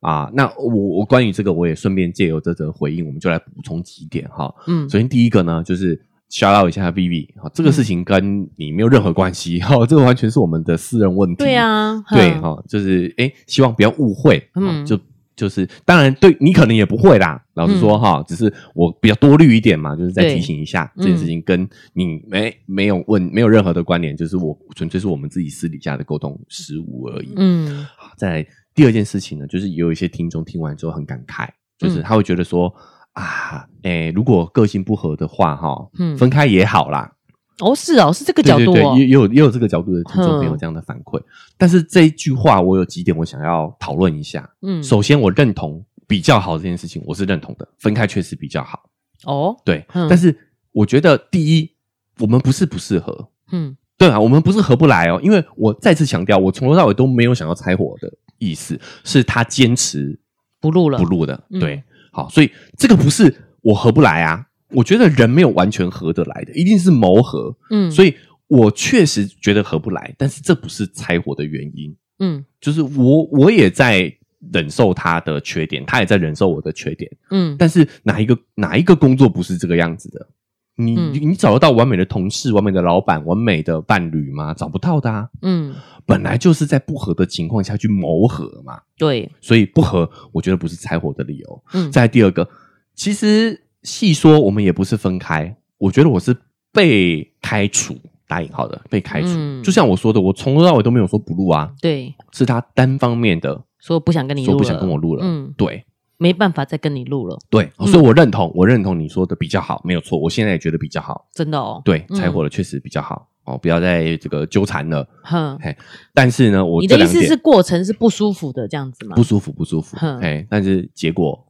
Speaker 1: 啊，那我我关于这个，我也顺便借由这则回应，我们就来补充几点哈。
Speaker 2: 嗯，
Speaker 1: 首先第一个呢，就是 shout out 一下 Vivi 哈，这个事情跟你没有任何关系哈、这个完全是我们的私人问题。
Speaker 2: 对啊，
Speaker 1: 对哦
Speaker 2: 嗯
Speaker 1: 哈、就是哎，诶希望不要误会，
Speaker 2: 嗯
Speaker 1: 嗯，就就是当然对你可能也不会啦，老实说哈，只是我比较多虑一点嘛，就是再
Speaker 2: 对
Speaker 1: 提醒一下
Speaker 2: 嗯
Speaker 1: 这件事情跟你没没有问没有任何的关联，就是我纯粹是我们自己私底下的沟通失误而已。
Speaker 2: 嗯
Speaker 1: 再来第二件事情呢，就是也有一些听众听完之后很感慨，
Speaker 2: 嗯
Speaker 1: 就是他会觉得说、啊，哎、如果个性不合的话，哈，
Speaker 2: 嗯
Speaker 1: 分开也好啦。
Speaker 2: 哦是哦是这个角
Speaker 1: 对
Speaker 2: 度
Speaker 1: 对
Speaker 2: 哦
Speaker 1: 对，也也有也有这个角度的听众朋友
Speaker 2: 哼
Speaker 1: 这样的反馈。但是这一句话，我有几点我想要讨论一下。
Speaker 2: 嗯
Speaker 1: 首先，我认同比较好这件事情，我是认同的，分开确实比较好。
Speaker 2: 哦
Speaker 1: 对，
Speaker 2: 嗯
Speaker 1: 但是我觉得第一，我们不是不适合。
Speaker 2: 嗯
Speaker 1: 对啊，我们不是合不来哦，因为我再次强调，我从头到尾都没有想要拆伙的意思，是他坚持
Speaker 2: 不录了
Speaker 1: 不录的。
Speaker 2: 嗯
Speaker 1: 对，好，所以这个不是我合不来啊，我觉得人没有完全合得来的，一定是谋合。
Speaker 2: 嗯
Speaker 1: 所
Speaker 2: 以
Speaker 1: 以我确实觉得合不来，但是这不是拆伙的原因，
Speaker 2: 嗯
Speaker 1: 就是我我也在忍受他的缺点，他也在忍受我的缺点。
Speaker 2: 嗯
Speaker 1: 但是哪一个哪一个工作不是这个样子的？你、
Speaker 2: 嗯
Speaker 1: 你找得到完美的同事、完美的老板、完美的伴侣吗？找不到的啊，
Speaker 2: 嗯
Speaker 1: 本来就是在不合的情况下去谋合嘛，
Speaker 2: 对
Speaker 1: 所以不合，我觉得不是拆伙的理由。
Speaker 2: 嗯
Speaker 1: 再来第二个，其实细说我们也不是分开，我觉得我是被开除（打引号的被开除）
Speaker 2: 嗯
Speaker 1: 就像我说的，我从头到尾都没有说不录啊，
Speaker 2: 对，
Speaker 1: 是他单方面的
Speaker 2: 说不想跟你
Speaker 1: 说
Speaker 2: 录了，
Speaker 1: 不想跟我录了。
Speaker 2: 嗯，
Speaker 1: 对
Speaker 2: 没办法再跟你录了，
Speaker 1: 对，
Speaker 2: 嗯
Speaker 1: 所以我认同，我认同你说的比较好，没有错。我现在也觉得比较好，
Speaker 2: 真的哦，
Speaker 1: 对，
Speaker 2: 嗯
Speaker 1: 拆伙了确实比较好。哦，不要再这个纠缠了。
Speaker 2: 哼，
Speaker 1: 嘿，但是呢，我
Speaker 2: 你
Speaker 1: 这
Speaker 2: 的意
Speaker 1: 两
Speaker 2: 思
Speaker 1: 点
Speaker 2: 是过程是不舒服的这样子吗
Speaker 1: 不？舒服，不舒服。
Speaker 2: 哼
Speaker 1: 哎，但是结果，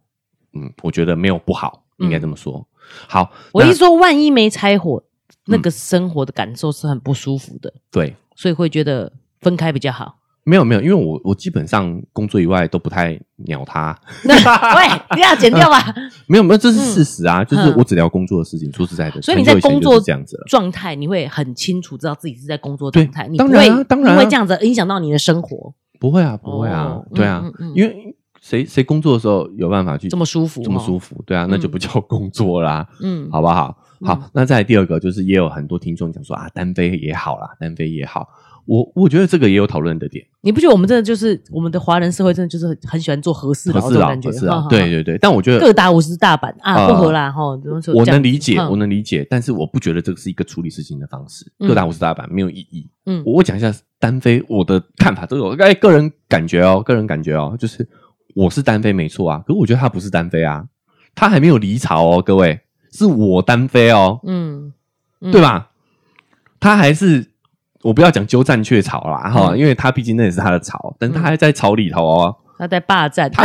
Speaker 1: 嗯，我觉得没有不好，
Speaker 2: 嗯
Speaker 1: 应该这么说。好，
Speaker 2: 我
Speaker 1: 那嗯
Speaker 2: 一说，万一没拆伙，那个生活的感受是很不舒服的，
Speaker 1: 对，
Speaker 2: 所以会觉得分开比较好。
Speaker 1: 没有没有，因为我我基本上工作以外都不太鸟他，
Speaker 2: 那 喂，你要剪掉吧。
Speaker 1: 没有没有，这是事实啊，就是
Speaker 2: 嗯
Speaker 1: 我只聊工作的事情。说实在的，
Speaker 2: 所以你
Speaker 1: 很
Speaker 2: 在
Speaker 1: 久以前
Speaker 2: 工
Speaker 1: 就
Speaker 2: 作
Speaker 1: 是这样子了。
Speaker 2: 状态，你会很清楚知道自己是在工作状态，
Speaker 1: 对
Speaker 2: 你不
Speaker 1: 当
Speaker 2: 会
Speaker 1: 然啊当然啊
Speaker 2: 因为这样子影响到你的生活，
Speaker 1: 不会啊，不会啊，
Speaker 2: 哦
Speaker 1: 对啊，
Speaker 2: 嗯嗯嗯
Speaker 1: 因为谁谁工作的时候有办法去
Speaker 2: 这么舒服，
Speaker 1: 这么舒
Speaker 2: 服，
Speaker 1: 服，对啊，那就不叫工作啦，
Speaker 2: 嗯，
Speaker 1: 好不好？好，
Speaker 2: 嗯
Speaker 1: 那再来第二个就是也有很多听众讲说啊，单飞也好啦，单飞也好，我我觉得这个也有讨论的点。
Speaker 2: 你不觉得我们真的就是我们的华人社会，真的就是很很喜欢做合适的
Speaker 1: 合
Speaker 2: 这
Speaker 1: 适
Speaker 2: 种
Speaker 1: 啊
Speaker 2: 感，觉
Speaker 1: 合，适啊
Speaker 2: 哈，
Speaker 1: 对，对对，但我觉
Speaker 2: 哈各
Speaker 1: 得
Speaker 2: 打五十大板啊，
Speaker 1: 呃
Speaker 2: 不合啦哈，怎么说
Speaker 1: 我
Speaker 2: 这样
Speaker 1: 能理解，
Speaker 2: 嗯
Speaker 1: 我能理解，但是我不觉得这个是一个处理事情的方式。
Speaker 2: 嗯
Speaker 1: 各打五十大板没有意义。
Speaker 2: 嗯
Speaker 1: 我我讲一下单飞我的看法，都有哎个人感觉哦，个人感觉哦，就是我是单飞没错啊，可是我觉得他不是单飞啊，他还没有离巢哦，各位是我单飞哦，
Speaker 2: 嗯嗯
Speaker 1: 对吧？他还是我不要讲鸠占鹊巢啦哈，
Speaker 2: 嗯
Speaker 1: 因为他毕竟那也是他的巢，但是他
Speaker 2: 嗯
Speaker 1: 还在巢里头哦。
Speaker 2: 他在霸占，
Speaker 1: 他，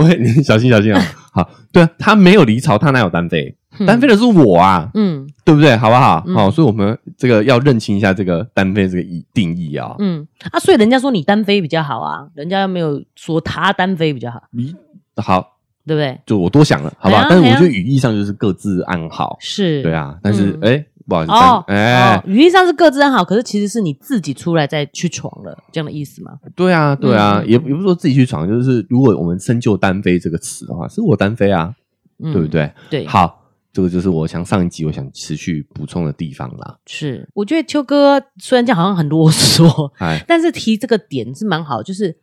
Speaker 1: 我你小心小心啊！好，对啊，他没有离巢，他哪有单飞？
Speaker 2: 嗯
Speaker 1: 单飞的是我啊，
Speaker 2: 嗯
Speaker 1: 对不对？好不好？好、
Speaker 2: 嗯
Speaker 1: 所以我们这个要认清一下这个单飞这个意定义啊、
Speaker 2: 嗯啊，所以人家说你单飞比较好啊，人家又没有说他单飞比较好，
Speaker 1: 你好，
Speaker 2: 对不对？
Speaker 1: 就我多想了，好不好？
Speaker 2: 嗯哎呀
Speaker 1: 但是我
Speaker 2: 哎呀
Speaker 1: 觉得语义上就是各自安好，
Speaker 2: 是，
Speaker 1: 对。啊。但是
Speaker 2: 嗯
Speaker 1: 哎、不好意思，
Speaker 2: 哦，
Speaker 1: 单哎、
Speaker 2: 哦，语义上是各自安好，可是其实是你自己出来再去闯了，这样的意思吗？
Speaker 1: 对啊，对啊，
Speaker 2: 嗯
Speaker 1: 也也不是说自己去闯，就是如果我们深究“单飞”这个词的话，是我单飞啊，
Speaker 2: 嗯，
Speaker 1: 对不？对？
Speaker 2: 对，
Speaker 1: 好，这个就是我想上一集我想持续补充的地方啦。
Speaker 2: 是。我觉得秋哥虽然这样好像很啰嗦，
Speaker 1: 哎，
Speaker 2: 但是提这个点是蛮好，就是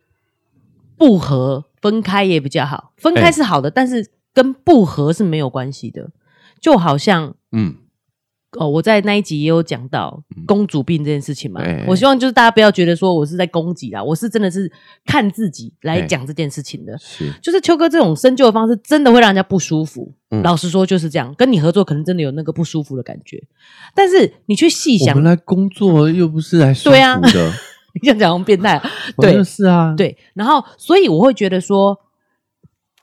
Speaker 2: 不合分开也比较好，分
Speaker 1: 哎
Speaker 2: 开是好的，但是跟不合是没有关系的，就好像
Speaker 1: 嗯，
Speaker 2: 哦，我在那一集也有讲到公主病这件事情嘛。
Speaker 1: 哎
Speaker 2: 我希望就是大家不要觉得说我是在攻击啦，我是真的是看自己来
Speaker 1: 哎
Speaker 2: 讲这件事情的。
Speaker 1: 是。
Speaker 2: 就是秋哥这种深究的方式，真的会让人家不舒服。
Speaker 1: 嗯
Speaker 2: 老实说就是这样，跟你合作可能真的有那个不舒服的感觉，但是你去细
Speaker 1: 我
Speaker 2: 想
Speaker 1: 们，来工作又不是来舒服
Speaker 2: 对啊
Speaker 1: 的，
Speaker 2: 你这样讲好像变态啊，
Speaker 1: 我
Speaker 2: 对
Speaker 1: 就是啊，，
Speaker 2: 对。然后，所以我会觉得说，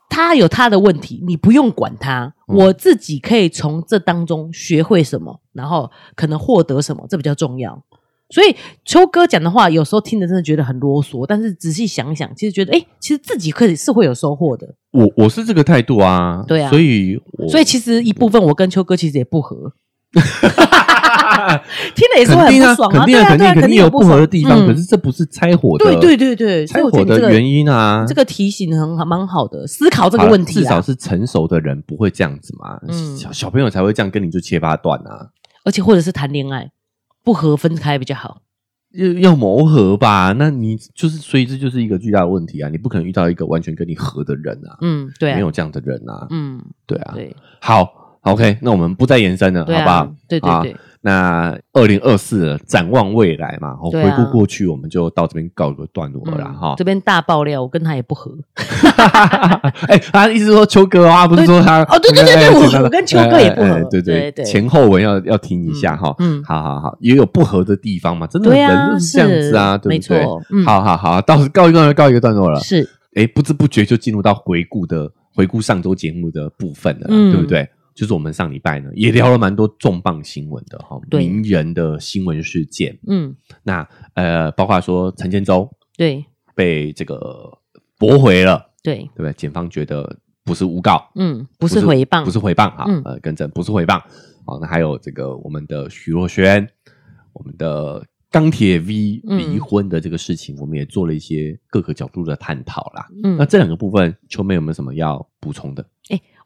Speaker 2: 他有他的问题，你不用管他，
Speaker 1: 嗯
Speaker 2: 我自己可以从这当中学会什么，然后可能获得什么，这比较重要。所以秋哥讲的话，有时候听着真的觉得很啰嗦，但是仔细想一想，其实觉得，哎、其实自己可以是会有收获的。
Speaker 1: 我我是这个态度啊，
Speaker 2: 对啊
Speaker 1: 所以我
Speaker 2: 所以其实一部分我跟秋哥其实也不合，
Speaker 1: 肯
Speaker 2: 听 了也是会很
Speaker 1: 定
Speaker 2: 不
Speaker 1: 啊，
Speaker 2: 爽
Speaker 1: 肯定
Speaker 2: 对啊，
Speaker 1: 肯
Speaker 2: 对
Speaker 1: 定
Speaker 2: 啊，
Speaker 1: 肯定有不合的地方，
Speaker 2: 嗯
Speaker 1: 可是这不是拆伙的，
Speaker 2: 对对对对，所
Speaker 1: 拆
Speaker 2: 以我觉
Speaker 1: 伙
Speaker 2: 得你这
Speaker 1: 的
Speaker 2: 个
Speaker 1: 原因啊，
Speaker 2: 这个提醒很好蛮好的，思考这个
Speaker 1: 好啦
Speaker 2: 问题
Speaker 1: 至少
Speaker 2: 啊，
Speaker 1: 是成熟的人不会这样子嘛，
Speaker 2: 嗯
Speaker 1: 小小朋友才会这样跟你就切八段啊，
Speaker 2: 而且或者是谈恋爱不合分开比较好，
Speaker 1: 要要磨合吧，那你就是所以这就是一个巨大的问题啊！你不可能遇到一个完全跟你合的人啊，
Speaker 2: 嗯，对、啊，
Speaker 1: 没有这样的人啊，
Speaker 2: 嗯，
Speaker 1: 对啊，
Speaker 2: 对，
Speaker 1: 好，OK，那我们不再延伸了，
Speaker 2: 对
Speaker 1: 好不好
Speaker 2: 啊？，对对
Speaker 1: 啊
Speaker 2: 对，
Speaker 1: 那二零二四展望未来嘛，哦
Speaker 2: 对啊
Speaker 1: 回顾过去，我们就到这边告一个段落了啦
Speaker 2: 嗯
Speaker 1: 哈。
Speaker 2: 这边大爆料，我跟他也不合。
Speaker 1: 哎，他意思说秋哥啊，不是说他
Speaker 2: 哦对对对对
Speaker 1: 哎
Speaker 2: 我
Speaker 1: 知道了
Speaker 2: 我跟秋哥也不合
Speaker 1: 哎哎哎对
Speaker 2: 对对
Speaker 1: 前后文要要听一下哈。
Speaker 2: 嗯，
Speaker 1: 好好好，也有不合的地方嘛，真的
Speaker 2: 对啊
Speaker 1: 人就是这样子啊，
Speaker 2: 是
Speaker 1: 对不对
Speaker 2: 没错？嗯
Speaker 1: 好好好，到告一段落，告一个段落了。
Speaker 2: 是，
Speaker 1: 哎，不知不觉就进入到回顾的回顾上周节目的部分了啦，
Speaker 2: 嗯
Speaker 1: 对不对？就是我们上礼拜呢也聊了蛮多重磅新闻的哈，
Speaker 2: 对
Speaker 1: 名人的新闻事件。
Speaker 2: 嗯，
Speaker 1: 那呃，包括说陈建州
Speaker 2: 对
Speaker 1: 被这个驳回了，
Speaker 2: 对，
Speaker 1: 对不对？检方觉得不是诬告，
Speaker 2: 嗯，不是回谤，
Speaker 1: 不是回谤啊，
Speaker 2: 嗯
Speaker 1: 呃，更正不是回谤。好、那还有这个我们的徐若瑄，我们的钢铁 V
Speaker 2: 嗯
Speaker 1: 离婚的这个事情，我们也做了一些各个角度的探讨啦。
Speaker 2: 嗯
Speaker 1: 那，这两个部分，秋妹有没有什么要补充的？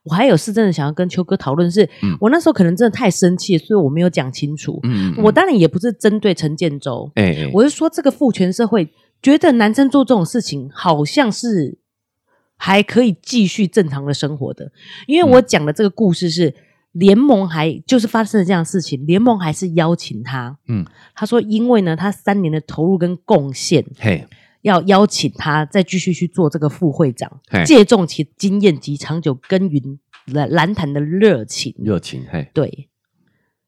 Speaker 2: 我还有是真的想要跟秋哥讨论是，
Speaker 1: 嗯
Speaker 2: 我那时候可能真的太生气，所以我没有讲清楚。
Speaker 1: 嗯
Speaker 2: 我当然也不是针对陈建州，
Speaker 1: 哎、哎
Speaker 2: 我是说这个父权社会觉得男生做这种事情好像是还可以继续正常的生活的，因为我讲的这个故事是。联盟还就是发生了这样的事情，联盟还是邀请他。
Speaker 1: 嗯，
Speaker 2: 他说，因为呢，他三年的投入跟贡献，
Speaker 1: 嘿
Speaker 2: 要邀请他再继续去做这个副会长，
Speaker 1: 嘿，
Speaker 2: 借重其经验及长久耕耘蓝蓝坛的热情。
Speaker 1: 热情嘿，
Speaker 2: 对，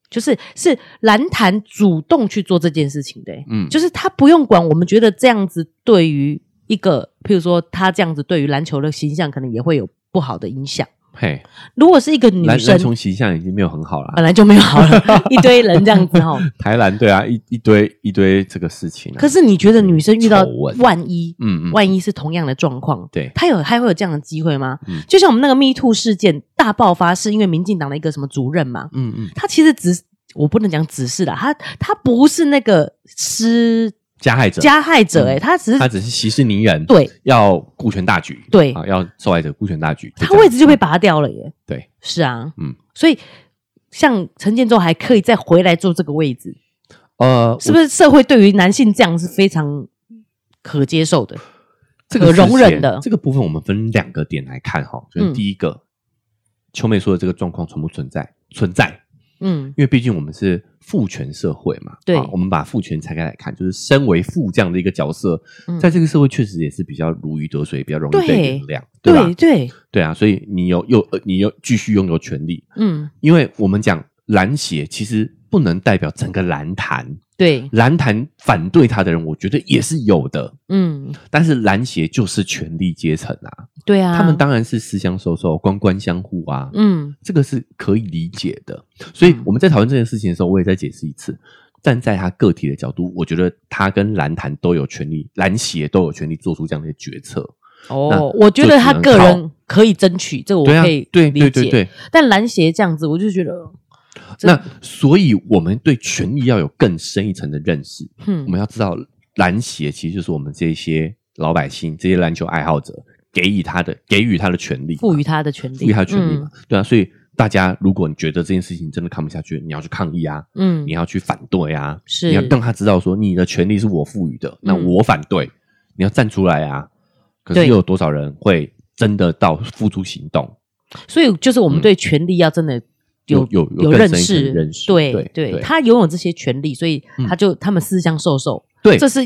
Speaker 2: 就是是蓝坛主动去做这件事情的、欸
Speaker 1: 嗯，
Speaker 2: 就是他不用管。我们觉得这样子对于一个，譬如说他这样子对于篮球的形象，可能也会有不好的影响。
Speaker 1: 嘿，
Speaker 2: 如果是一个女
Speaker 1: 篮篮
Speaker 2: 生，呃
Speaker 1: 球形象已经没有很好啦。
Speaker 2: 本来就没有好 了，一堆人这样子哦。
Speaker 1: 台篮对啊，一一堆一堆这个事情、啊。
Speaker 2: 可是你觉得女生遇到
Speaker 1: 丑闻
Speaker 2: 万一，
Speaker 1: 嗯嗯，
Speaker 2: 万一是同样的状况，
Speaker 1: 对
Speaker 2: 他有还会有这样的机会吗？
Speaker 1: 嗯
Speaker 2: 就像我们那个 Me Too 事件大爆发，是因为民进党的一个什么主任嘛？
Speaker 1: 嗯嗯，
Speaker 2: 他其实只我不能讲只是啦，他他不是那个施
Speaker 1: 加害者，
Speaker 2: 加害者、欸，
Speaker 1: 嗯
Speaker 2: 他只是
Speaker 1: 他只是息事宁人，
Speaker 2: 对
Speaker 1: 要顾全大局，
Speaker 2: 对
Speaker 1: 啊，要受害者顾全大局，
Speaker 2: 他
Speaker 1: 这样
Speaker 2: 位置就被拔掉了耶。
Speaker 1: 对，
Speaker 2: 是啊，
Speaker 1: 嗯，
Speaker 2: 所以像陈建州还可以再回来做这个位置，
Speaker 1: 呃，
Speaker 2: 是不是社会对于男性这样是非常可接受的？
Speaker 1: 这个
Speaker 2: 可容忍
Speaker 1: 事件
Speaker 2: 的
Speaker 1: 这个部分，我们分两个点来看哈，就是
Speaker 2: 嗯
Speaker 1: 第一个，秋妹说的这个状况存不存在？存在，
Speaker 2: 嗯
Speaker 1: 因为毕竟我们是父权社会嘛，
Speaker 2: 对
Speaker 1: 啊我们把父权拆开来看，就是身为父这样的一个角色，
Speaker 2: 嗯
Speaker 1: 在这个社会确实也是比较如鱼得水，比较容易被
Speaker 2: 对
Speaker 1: 原谅，对吧
Speaker 2: 对？对，
Speaker 1: 对啊，所以你有又呃你又继续拥有权利，
Speaker 2: 嗯
Speaker 1: 因为我们讲蓝血其实不能代表整个蓝坛，
Speaker 2: 对，
Speaker 1: 蓝坛反对他的人，我觉得也是有的。
Speaker 2: 嗯
Speaker 1: 但是蓝协就是权力阶层啊，
Speaker 2: 对啊，
Speaker 1: 他们当然是私相授受、官官相护啊，
Speaker 2: 嗯
Speaker 1: 这个是可以理解的。所以
Speaker 2: 嗯
Speaker 1: 我们在讨论这件事情的时候，我也再解释一次。站在他个体的角度，我觉得他跟蓝坛都有权利，蓝协都有权利做出这样的决策。那
Speaker 2: 哦，我觉得他
Speaker 1: 就只
Speaker 2: 个
Speaker 1: 能靠
Speaker 2: 人可以争取，这个我
Speaker 1: 对啊
Speaker 2: 可以，
Speaker 1: 对
Speaker 2: 理解。
Speaker 1: 对对对。
Speaker 2: 但篮协这样子，我就觉得，这
Speaker 1: 那所以我们对权力要有更深一层的认识。
Speaker 2: 嗯
Speaker 1: 我们要知道，篮协其实就是我们这些老百姓、这些篮球爱好者给予他的给予他的权利嘛，
Speaker 2: 赋予他的权利，
Speaker 1: 啊
Speaker 2: 嗯
Speaker 1: 赋予他的权利嘛，对啊，所以大家如果你觉得这件事情真的看不下去，你要去抗议啊，
Speaker 2: 嗯，
Speaker 1: 你
Speaker 2: 嗯，
Speaker 1: 要去反对啊，
Speaker 2: 是
Speaker 1: 你要让他知道说你的权利是我赋予的，那
Speaker 2: 嗯
Speaker 1: 我反对，你要站出来啊。可是
Speaker 2: 对
Speaker 1: 又有多少人会真的到付诸行动？
Speaker 2: 所以就是我们
Speaker 1: 嗯
Speaker 2: 对权利要真的有
Speaker 1: 有有
Speaker 2: 有
Speaker 1: 更
Speaker 2: 认
Speaker 1: 深一层
Speaker 2: 识，
Speaker 1: 的认识
Speaker 2: 对
Speaker 1: 对对嗯
Speaker 2: 他拥有这些权利，所以他就他们私相授受，
Speaker 1: 对
Speaker 2: 这是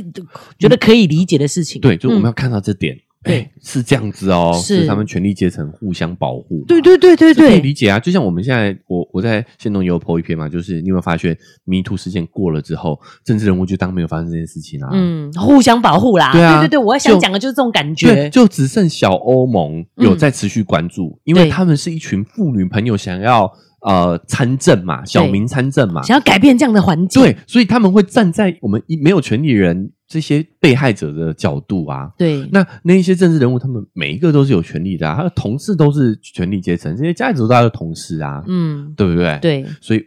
Speaker 2: 觉得可以理解的事情。
Speaker 1: 对，就是我们要
Speaker 2: 嗯
Speaker 1: 看到这点，
Speaker 2: 对
Speaker 1: 哎，是这样子哦，
Speaker 2: 是
Speaker 1: 是他们权力阶层互相保护嘛，
Speaker 2: 对对对对
Speaker 1: 这可以
Speaker 2: 对，
Speaker 1: 理解啊。就像我们现在，我我在线动也有 po 一篇嘛，就是你有没有发现 Me Too 事件过了之后，政治人物就当没有发生这件事情啊？，
Speaker 2: 嗯，互相保护啦，
Speaker 1: 对啊
Speaker 2: 对对，我
Speaker 1: 就
Speaker 2: 想讲的就是这种感
Speaker 1: 对，
Speaker 2: 觉，嗯
Speaker 1: 就只剩小欧盟有在持续关注，因为
Speaker 2: 对
Speaker 1: 他们是一群妇女朋友想要呃参政嘛，小民参政嘛，
Speaker 2: 想要改变这样的环境，
Speaker 1: 啊对，所以他们会站在我们一没有权利人这些被害者的角度啊。
Speaker 2: 对
Speaker 1: 那那一些政治人物，他们每一个都是有权利的、啊，他的同事都是权力阶层，这些家族都是他的同事啊，
Speaker 2: 嗯，
Speaker 1: 对不对？
Speaker 2: 对，
Speaker 1: 所以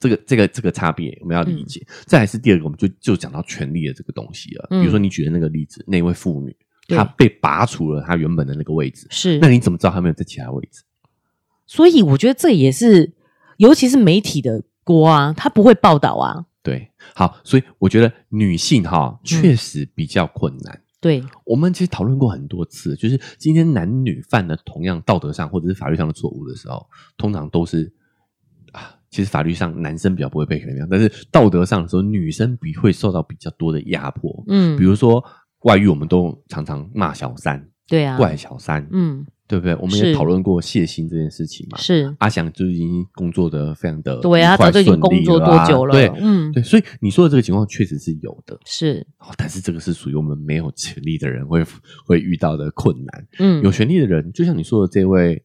Speaker 1: 这个这个这个差别我们要理解。再来是第二个，我们就就讲到权力的这个东西了。
Speaker 2: 嗯
Speaker 1: 比如说你举的那个例子，那位妇女
Speaker 2: 对
Speaker 1: 她被拔除了她原本的那个位置，
Speaker 2: 是
Speaker 1: 那。你怎么知道她没有在其他位置？
Speaker 2: 所以我觉得这也是，尤其是媒体的锅啊，他不会报道啊，
Speaker 1: 对，好，所以我觉得女性哈
Speaker 2: 嗯
Speaker 1: 确实比较困难。
Speaker 2: 对，
Speaker 1: 我们其实讨论过很多次，就是今天男女犯了同样道德上或者是法律上的错误的时候，通常都是啊，其实法律上男生比较不会被原谅，但是道德上的时候，女生比会受到比较多的压迫。
Speaker 2: 嗯，
Speaker 1: 比如说外遇，我们都常常骂小三，
Speaker 2: 对啊，
Speaker 1: 怪小三，
Speaker 2: 嗯，
Speaker 1: 对不对？我们
Speaker 2: 是
Speaker 1: 也讨论过泄心这件事情嘛。
Speaker 2: 是，
Speaker 1: 阿翔就已经工作的非常的
Speaker 2: 对啊，
Speaker 1: 愉快
Speaker 2: 早就已经
Speaker 1: 顺利
Speaker 2: 工作
Speaker 1: 了
Speaker 2: 多
Speaker 1: 啊
Speaker 2: 久了？
Speaker 1: 对
Speaker 2: 嗯，
Speaker 1: 对，所以你说的这个情况确实是有的，
Speaker 2: 是，
Speaker 1: 哦但是这个是属于我们没有权利的人会会遇到的困难。
Speaker 2: 嗯，
Speaker 1: 有权利的人，就像你说的这位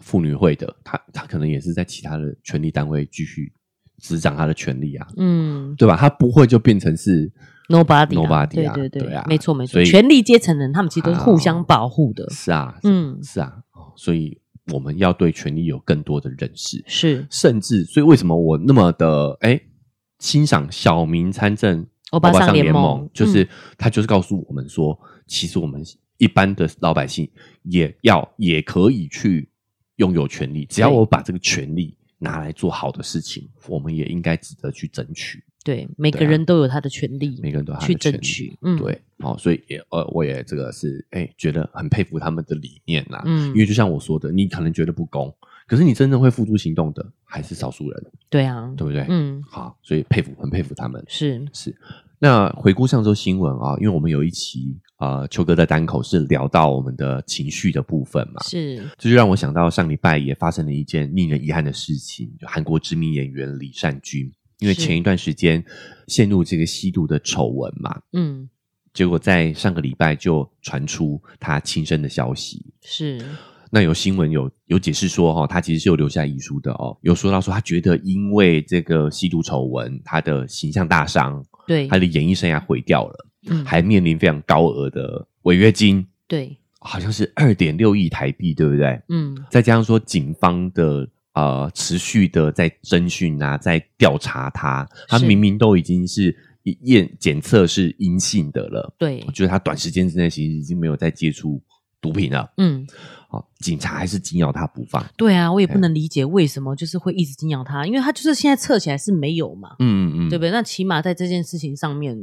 Speaker 1: 妇女会的，她她可能也是在其他的权利单位继续执掌她的权利啊，
Speaker 2: 嗯
Speaker 1: 对吧？她不会就变成是
Speaker 2: ，nobody 啊
Speaker 1: nobody 啊，
Speaker 2: 对对对
Speaker 1: 啊，
Speaker 2: 没错没
Speaker 1: 所
Speaker 2: 错，
Speaker 1: 以
Speaker 2: 权力阶层人他们其实都是互相
Speaker 1: 好
Speaker 2: 保护的，
Speaker 1: 是啊，嗯，
Speaker 2: 嗯，
Speaker 1: 是啊，哦所以我们要对权利有更多的认识，
Speaker 2: 是
Speaker 1: 甚至，所以为什么我那么的哎欣赏小明参政
Speaker 2: 欧巴桑
Speaker 1: 桑
Speaker 2: 联
Speaker 1: 盟，
Speaker 2: 盟嗯
Speaker 1: 就是、他就是告诉我们说，其实我们一般的老百姓也要也可以去拥有权利，只要
Speaker 2: 对
Speaker 1: 我把这个权利拿来做好的事情，我们也应该值得去争取。
Speaker 2: 对，每个
Speaker 1: 对啊
Speaker 2: 人都有他的权利
Speaker 1: 每个人都有他的
Speaker 2: 去
Speaker 1: 权
Speaker 2: 争
Speaker 1: 利
Speaker 2: 取，嗯，，
Speaker 1: 对，好、所以也呃，我也这个是哎，觉得很佩服他们的理念啦。
Speaker 2: 嗯
Speaker 1: 因为就像我说的，你可能觉得不公，可是你真正会付诸行动的还是少数人，
Speaker 2: 对啊，
Speaker 1: 对不对？
Speaker 2: 嗯，
Speaker 1: 好，所以佩服，很佩服他们。
Speaker 2: 是，
Speaker 1: 是，那回顾上周新闻啊，因为我们有一期啊、呃秋哥的单口是聊到我们的情绪的部分嘛，
Speaker 2: 是，
Speaker 1: 这就让我想到上礼拜也发生了一件令人遗憾的事情，就韩国知名演员李善均，因为
Speaker 2: 是
Speaker 1: 前一段时间陷入这个吸毒的丑闻嘛，
Speaker 2: 嗯，
Speaker 1: 结果在上个礼拜就传出他轻生的消息，
Speaker 2: 是，
Speaker 1: 那有新闻有有解释说，哈，他其实是有留下遗书的哦，有说到说他觉得因为这个吸毒丑闻，他的形象大伤，
Speaker 2: 对
Speaker 1: 他，的演艺生涯毁掉了，
Speaker 2: 嗯，
Speaker 1: 还面临非常高额的违约金，
Speaker 2: 对，
Speaker 1: 好像是二点六亿台币，对不对？
Speaker 2: 嗯，
Speaker 1: 再加上说警方的呃持续的在侦讯啊，在调查他，他
Speaker 2: 是
Speaker 1: 明明都已经是验检测是阴性的了，
Speaker 2: 对
Speaker 1: 我，觉得他短时间之内其实已经没有再接触毒品了。
Speaker 2: 嗯，
Speaker 1: 好、警察还是紧咬他不放。
Speaker 2: 对啊，我也不
Speaker 1: 哎
Speaker 2: 能理解为什么就是会一直敬仰他，因为他就是现在测起来是没有嘛，
Speaker 1: 嗯嗯嗯，
Speaker 2: 对不对？那起码在这件事情上面，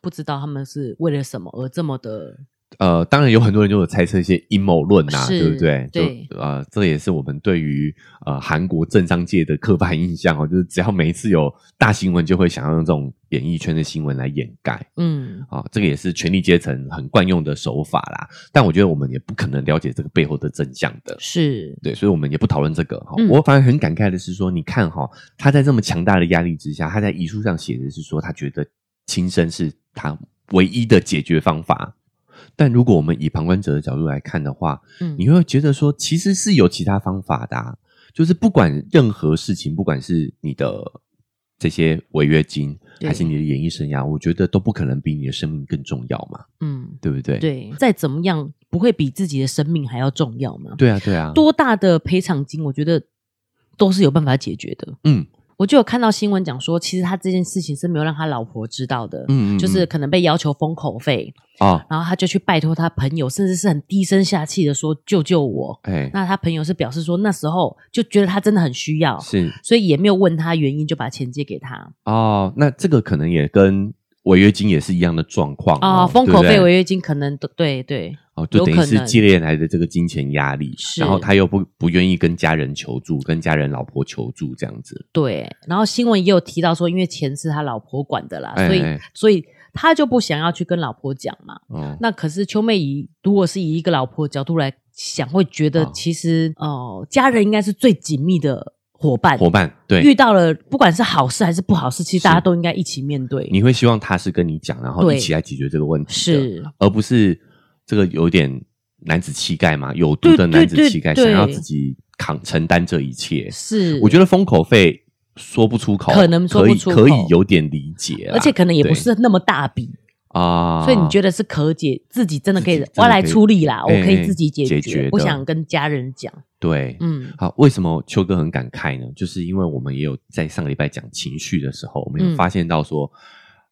Speaker 2: 不知道他们是为了什么而这么的，
Speaker 1: 呃，当然有很多人就有猜测一些阴谋论呐、
Speaker 2: 是
Speaker 1: 对不对？就
Speaker 2: 对
Speaker 1: 呃，这也是我们对于呃韩国政商界的刻板印象哦， 就是只要每一次有大新闻，就会想要用这种演艺圈的新闻来掩盖
Speaker 2: 嗯，
Speaker 1: 啊、这个也是权力阶层很惯用的手法啦。但我觉得我们也不可能了解这个背后的真相的。
Speaker 2: 是，
Speaker 1: 对，所以我们也不讨论这个哈、
Speaker 2: 嗯
Speaker 1: 我反而很感慨的是说，你看哈、他在这么强大的压力之下，他在遗书上写的是说，他觉得轻生是他唯一的解决方法。但如果我们以旁观者的角度来看的话，
Speaker 2: 嗯，
Speaker 1: 你会觉得说，其实是有其他方法的、啊。就是不管任何事情，不管是你的这些违约金，
Speaker 2: 对
Speaker 1: 还是你的演艺生涯，我觉得都不可能比你的生命更重要嘛，
Speaker 2: 嗯，
Speaker 1: 对不对？
Speaker 2: 对，再怎么样不会比自己的生命还要重要嘛？
Speaker 1: 对啊，对啊，
Speaker 2: 多大的赔偿金，我觉得都是有办法解决的。
Speaker 1: 嗯
Speaker 2: 我就有看到新闻讲说，其实他这件事情是没有让他老婆知道的，
Speaker 1: 嗯嗯，
Speaker 2: 就是
Speaker 1: 嗯
Speaker 2: 可能被要求封口费，
Speaker 1: 哦，
Speaker 2: 然后他就去拜托他朋友，甚至是很低声下气的说：“救救我！”
Speaker 1: 哎、
Speaker 2: 那他朋友是表示说，那时候就觉得他真的很需要，
Speaker 1: 是
Speaker 2: 所以也没有问他原因，就把钱借给他
Speaker 1: 哦，那这个可能也跟违约金也是一样的状况
Speaker 2: 啊。
Speaker 1: 哦
Speaker 2: 封口
Speaker 1: 对
Speaker 2: 费
Speaker 1: 不对
Speaker 2: 违约金可能都对对
Speaker 1: 哦，就
Speaker 2: 有
Speaker 1: 等于
Speaker 2: 可
Speaker 1: 是
Speaker 2: 能
Speaker 1: 借恋来的这个金钱压力，
Speaker 2: 是
Speaker 1: 然后他又不不愿意跟家人求助，跟家人老婆求助这样子，
Speaker 2: 对。然后新闻也有提到说，因为钱是他老婆管的啦，
Speaker 1: 哎
Speaker 2: 所以
Speaker 1: 哎
Speaker 2: 所以他就不想要去跟老婆讲嘛。
Speaker 1: 哦，
Speaker 2: 那可是秋妹以如果是以一个老婆的角度来想，会觉得
Speaker 1: 哦
Speaker 2: 其实哦、呃家人应该是最紧密的伙伴。
Speaker 1: 伙伴对
Speaker 2: 遇。到了不管是好事还是不好事，其实
Speaker 1: 是
Speaker 2: 大家都应该一起面对。
Speaker 1: 你会希望他是跟你讲，然后
Speaker 2: 对
Speaker 1: 一起来解决这个问题，，
Speaker 2: 是
Speaker 1: 而不是这个有点男子气概嘛，有毒
Speaker 2: 对
Speaker 1: 的
Speaker 2: 对
Speaker 1: 男子
Speaker 2: 对
Speaker 1: 气概，
Speaker 2: 对
Speaker 1: 想要自己扛承担这一切。
Speaker 2: 是，
Speaker 1: 我觉得封口费说不出口，
Speaker 2: 可能说
Speaker 1: 可
Speaker 2: 不
Speaker 1: 以
Speaker 2: 出
Speaker 1: 可以
Speaker 2: 口
Speaker 1: 有点理解啦，
Speaker 2: 而且可能也不
Speaker 1: 对
Speaker 2: 是那么大笔，
Speaker 1: 啊，
Speaker 2: 所以你觉得是可解，自己真的可以
Speaker 1: 自己，真的
Speaker 2: 我来处理啦，我
Speaker 1: 可以
Speaker 2: 可以自己解
Speaker 1: 哎解决的
Speaker 2: 不想跟家人讲。
Speaker 1: 对，
Speaker 2: 嗯，
Speaker 1: 好，为什么秋哥很感慨呢？就是因为我们也有在上个礼拜讲情绪的时候，我们有
Speaker 2: 嗯
Speaker 1: 发现到说，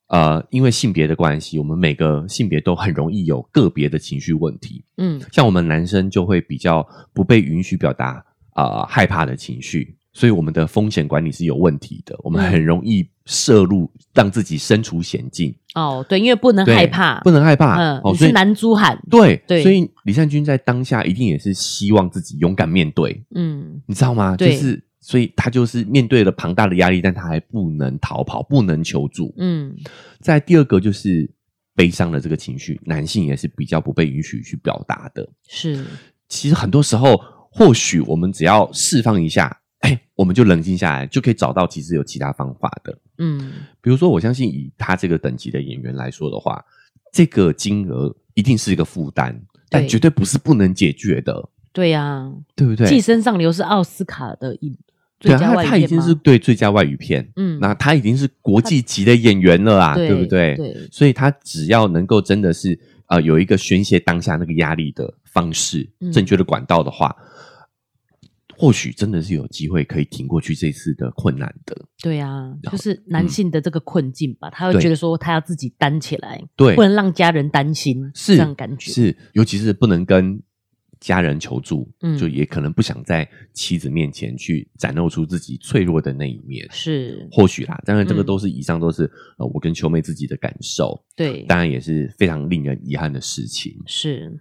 Speaker 1: 呃，因为性别的关系，我们每个性别都很容易有个别的情绪问题。
Speaker 2: 嗯，
Speaker 1: 像我们男生就会比较不被允许表达啊、呃害怕的情绪，所以我们的风险管理是有问题的，我们
Speaker 2: 嗯
Speaker 1: 很容易摄入，让自己身处险境，
Speaker 2: 哦，对，因为不能
Speaker 1: 对
Speaker 2: 害怕，
Speaker 1: 不能害怕。
Speaker 2: 嗯，
Speaker 1: 哦，
Speaker 2: 你
Speaker 1: 所
Speaker 2: 是
Speaker 1: 以
Speaker 2: 男猪汉，
Speaker 1: 对
Speaker 2: 对
Speaker 1: 所以李善均在当下一定也是希望自己勇敢面对，
Speaker 2: 嗯，
Speaker 1: 你知道吗？就
Speaker 2: 对
Speaker 1: 是所以他就是面对了庞大的压力，但他还不能逃跑，不能求助。
Speaker 2: 嗯，
Speaker 1: 再来第二个就是悲伤的这个情绪，男性也是比较不被允许去表达的。
Speaker 2: 是，
Speaker 1: 其实很多时候，或许我们只要释放一下，哎，我们就冷静下来，就可以找到其实有其他方法的。
Speaker 2: 嗯，
Speaker 1: 比如说，我相信以他这个等级的演员来说的话，这个金额一定是一个负担，但
Speaker 2: 对
Speaker 1: 绝对不是不能解决的，
Speaker 2: 对呀，
Speaker 1: 对不对？
Speaker 2: 寄生上流是奥斯卡的影
Speaker 1: 对
Speaker 2: 最
Speaker 1: 啊，
Speaker 2: 佳
Speaker 1: 他
Speaker 2: 外
Speaker 1: 他
Speaker 2: 语
Speaker 1: 已
Speaker 2: 片
Speaker 1: 经
Speaker 2: 吗
Speaker 1: 是？对最佳外语片，
Speaker 2: 嗯，
Speaker 1: 那他已经是国际级的演员了啊，对不对？
Speaker 2: 对，
Speaker 1: 所以他只要能够真的是呃有一个宣泄当下那个压力的方式，
Speaker 2: 嗯
Speaker 1: 正确的管道的话，或许真的是有机会可以挺过去这次的困难的。
Speaker 2: 对呀，
Speaker 1: 然
Speaker 2: 就
Speaker 1: 后嗯
Speaker 2: 是男性的这个困境吧，他会
Speaker 1: 对
Speaker 2: 觉得说他要自己担起来，
Speaker 1: 对
Speaker 2: 不，能让家人担心，
Speaker 1: 是
Speaker 2: 这样感觉，
Speaker 1: 是，尤其是不能跟家人求助，
Speaker 2: 嗯
Speaker 1: 就也可能不想在妻子面前去展露出自己脆弱的那一面。
Speaker 2: 是，
Speaker 1: 或许啦，当然这个
Speaker 2: 嗯
Speaker 1: 都是以上都是、呃我跟秋妹自己的感受，
Speaker 2: 对，
Speaker 1: 当然也是非常令人遗憾的事情。
Speaker 2: 是，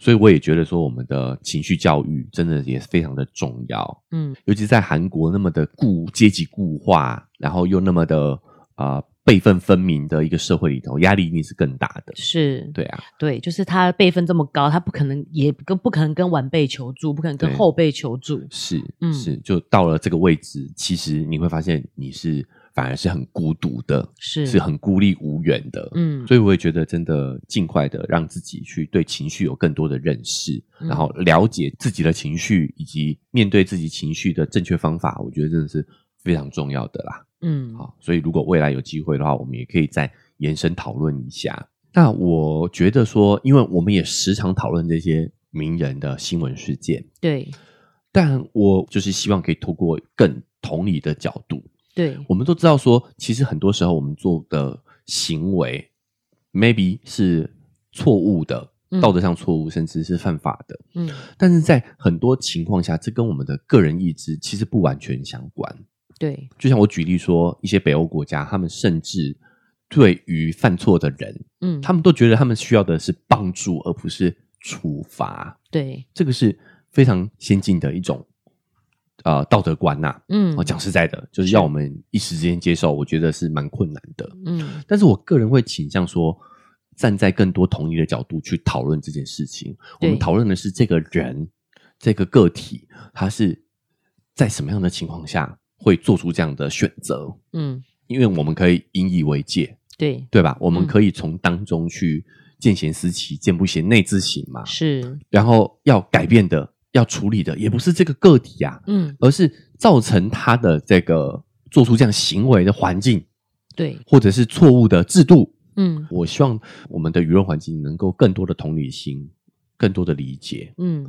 Speaker 1: 所以我也觉得说，我们的情绪教育真的也非常的重要，
Speaker 2: 嗯，
Speaker 1: 尤其在韩国那么的固阶级固化，然后又那么的啊辈分分明的一个社会里头，压力一定是更大的。
Speaker 2: 是，
Speaker 1: 对啊，
Speaker 2: 对，就是他辈分这么高，他不可能也跟不可能跟晚辈求助，不可能跟
Speaker 1: 对
Speaker 2: 后辈求助，
Speaker 1: 是，
Speaker 2: 嗯
Speaker 1: 是，就到了这个位置，其实你会发现你是反而是很孤独的，
Speaker 2: 是
Speaker 1: 是很孤立无援的。
Speaker 2: 嗯，
Speaker 1: 所以我也觉得，真的尽快的让自己去对情绪有更多的认识，
Speaker 2: 嗯
Speaker 1: 然后了解自己的情绪以及面对自己情绪的正确方法，我觉得真的是非常重要的啦。
Speaker 2: 嗯，
Speaker 1: 好，所以如果未来有机会的话，我们也可以再延伸讨论一下。那我觉得说，因为我们也时常讨论这些名人的新闻事件，
Speaker 2: 对
Speaker 1: 但我就是希望可以透过更同理的角度，
Speaker 2: 对，
Speaker 1: 我们都知道说，其实很多时候我们做的行为，maybe 是错误的
Speaker 2: 嗯，
Speaker 1: 道德上错误，甚至是犯法的。
Speaker 2: 嗯，
Speaker 1: 但是在很多情况下，这跟我们的个人意志其实不完全相关。
Speaker 2: 对，
Speaker 1: 就像我举例说，一些北欧国家，他们甚至对于犯错的人，
Speaker 2: 嗯，
Speaker 1: 他们都觉得他们需要的是帮助，而不是处罚。
Speaker 2: 对，
Speaker 1: 这个是非常先进的一种呃道德观呐、
Speaker 2: 嗯，
Speaker 1: 我，哦讲实在的，就是
Speaker 2: 是
Speaker 1: 要我们一时之间接受，我觉得是蛮困难的。
Speaker 2: 嗯，
Speaker 1: 但是我个人会倾向说，站在更多同理的角度去讨论这件事情。我
Speaker 2: 对
Speaker 1: 们讨论的是这个人、这个个体，他是在什么样的情况下会做出这样的选择？
Speaker 2: 嗯，
Speaker 1: 因为我们可以引以为戒，
Speaker 2: 对，
Speaker 1: 对吧？我们
Speaker 2: 嗯
Speaker 1: 可以从当中去见贤思齐，见不贤内自省嘛。
Speaker 2: 是，
Speaker 1: 然后要改变的、要处理的，也不是这个个体啊，
Speaker 2: 嗯，
Speaker 1: 而是造成他的这个做出这样行为的环境，
Speaker 2: 对，
Speaker 1: 或者是错误的制度。
Speaker 2: 嗯，
Speaker 1: 我希望我们的舆论环境能够更多的同理心，更多的理解，
Speaker 2: 嗯，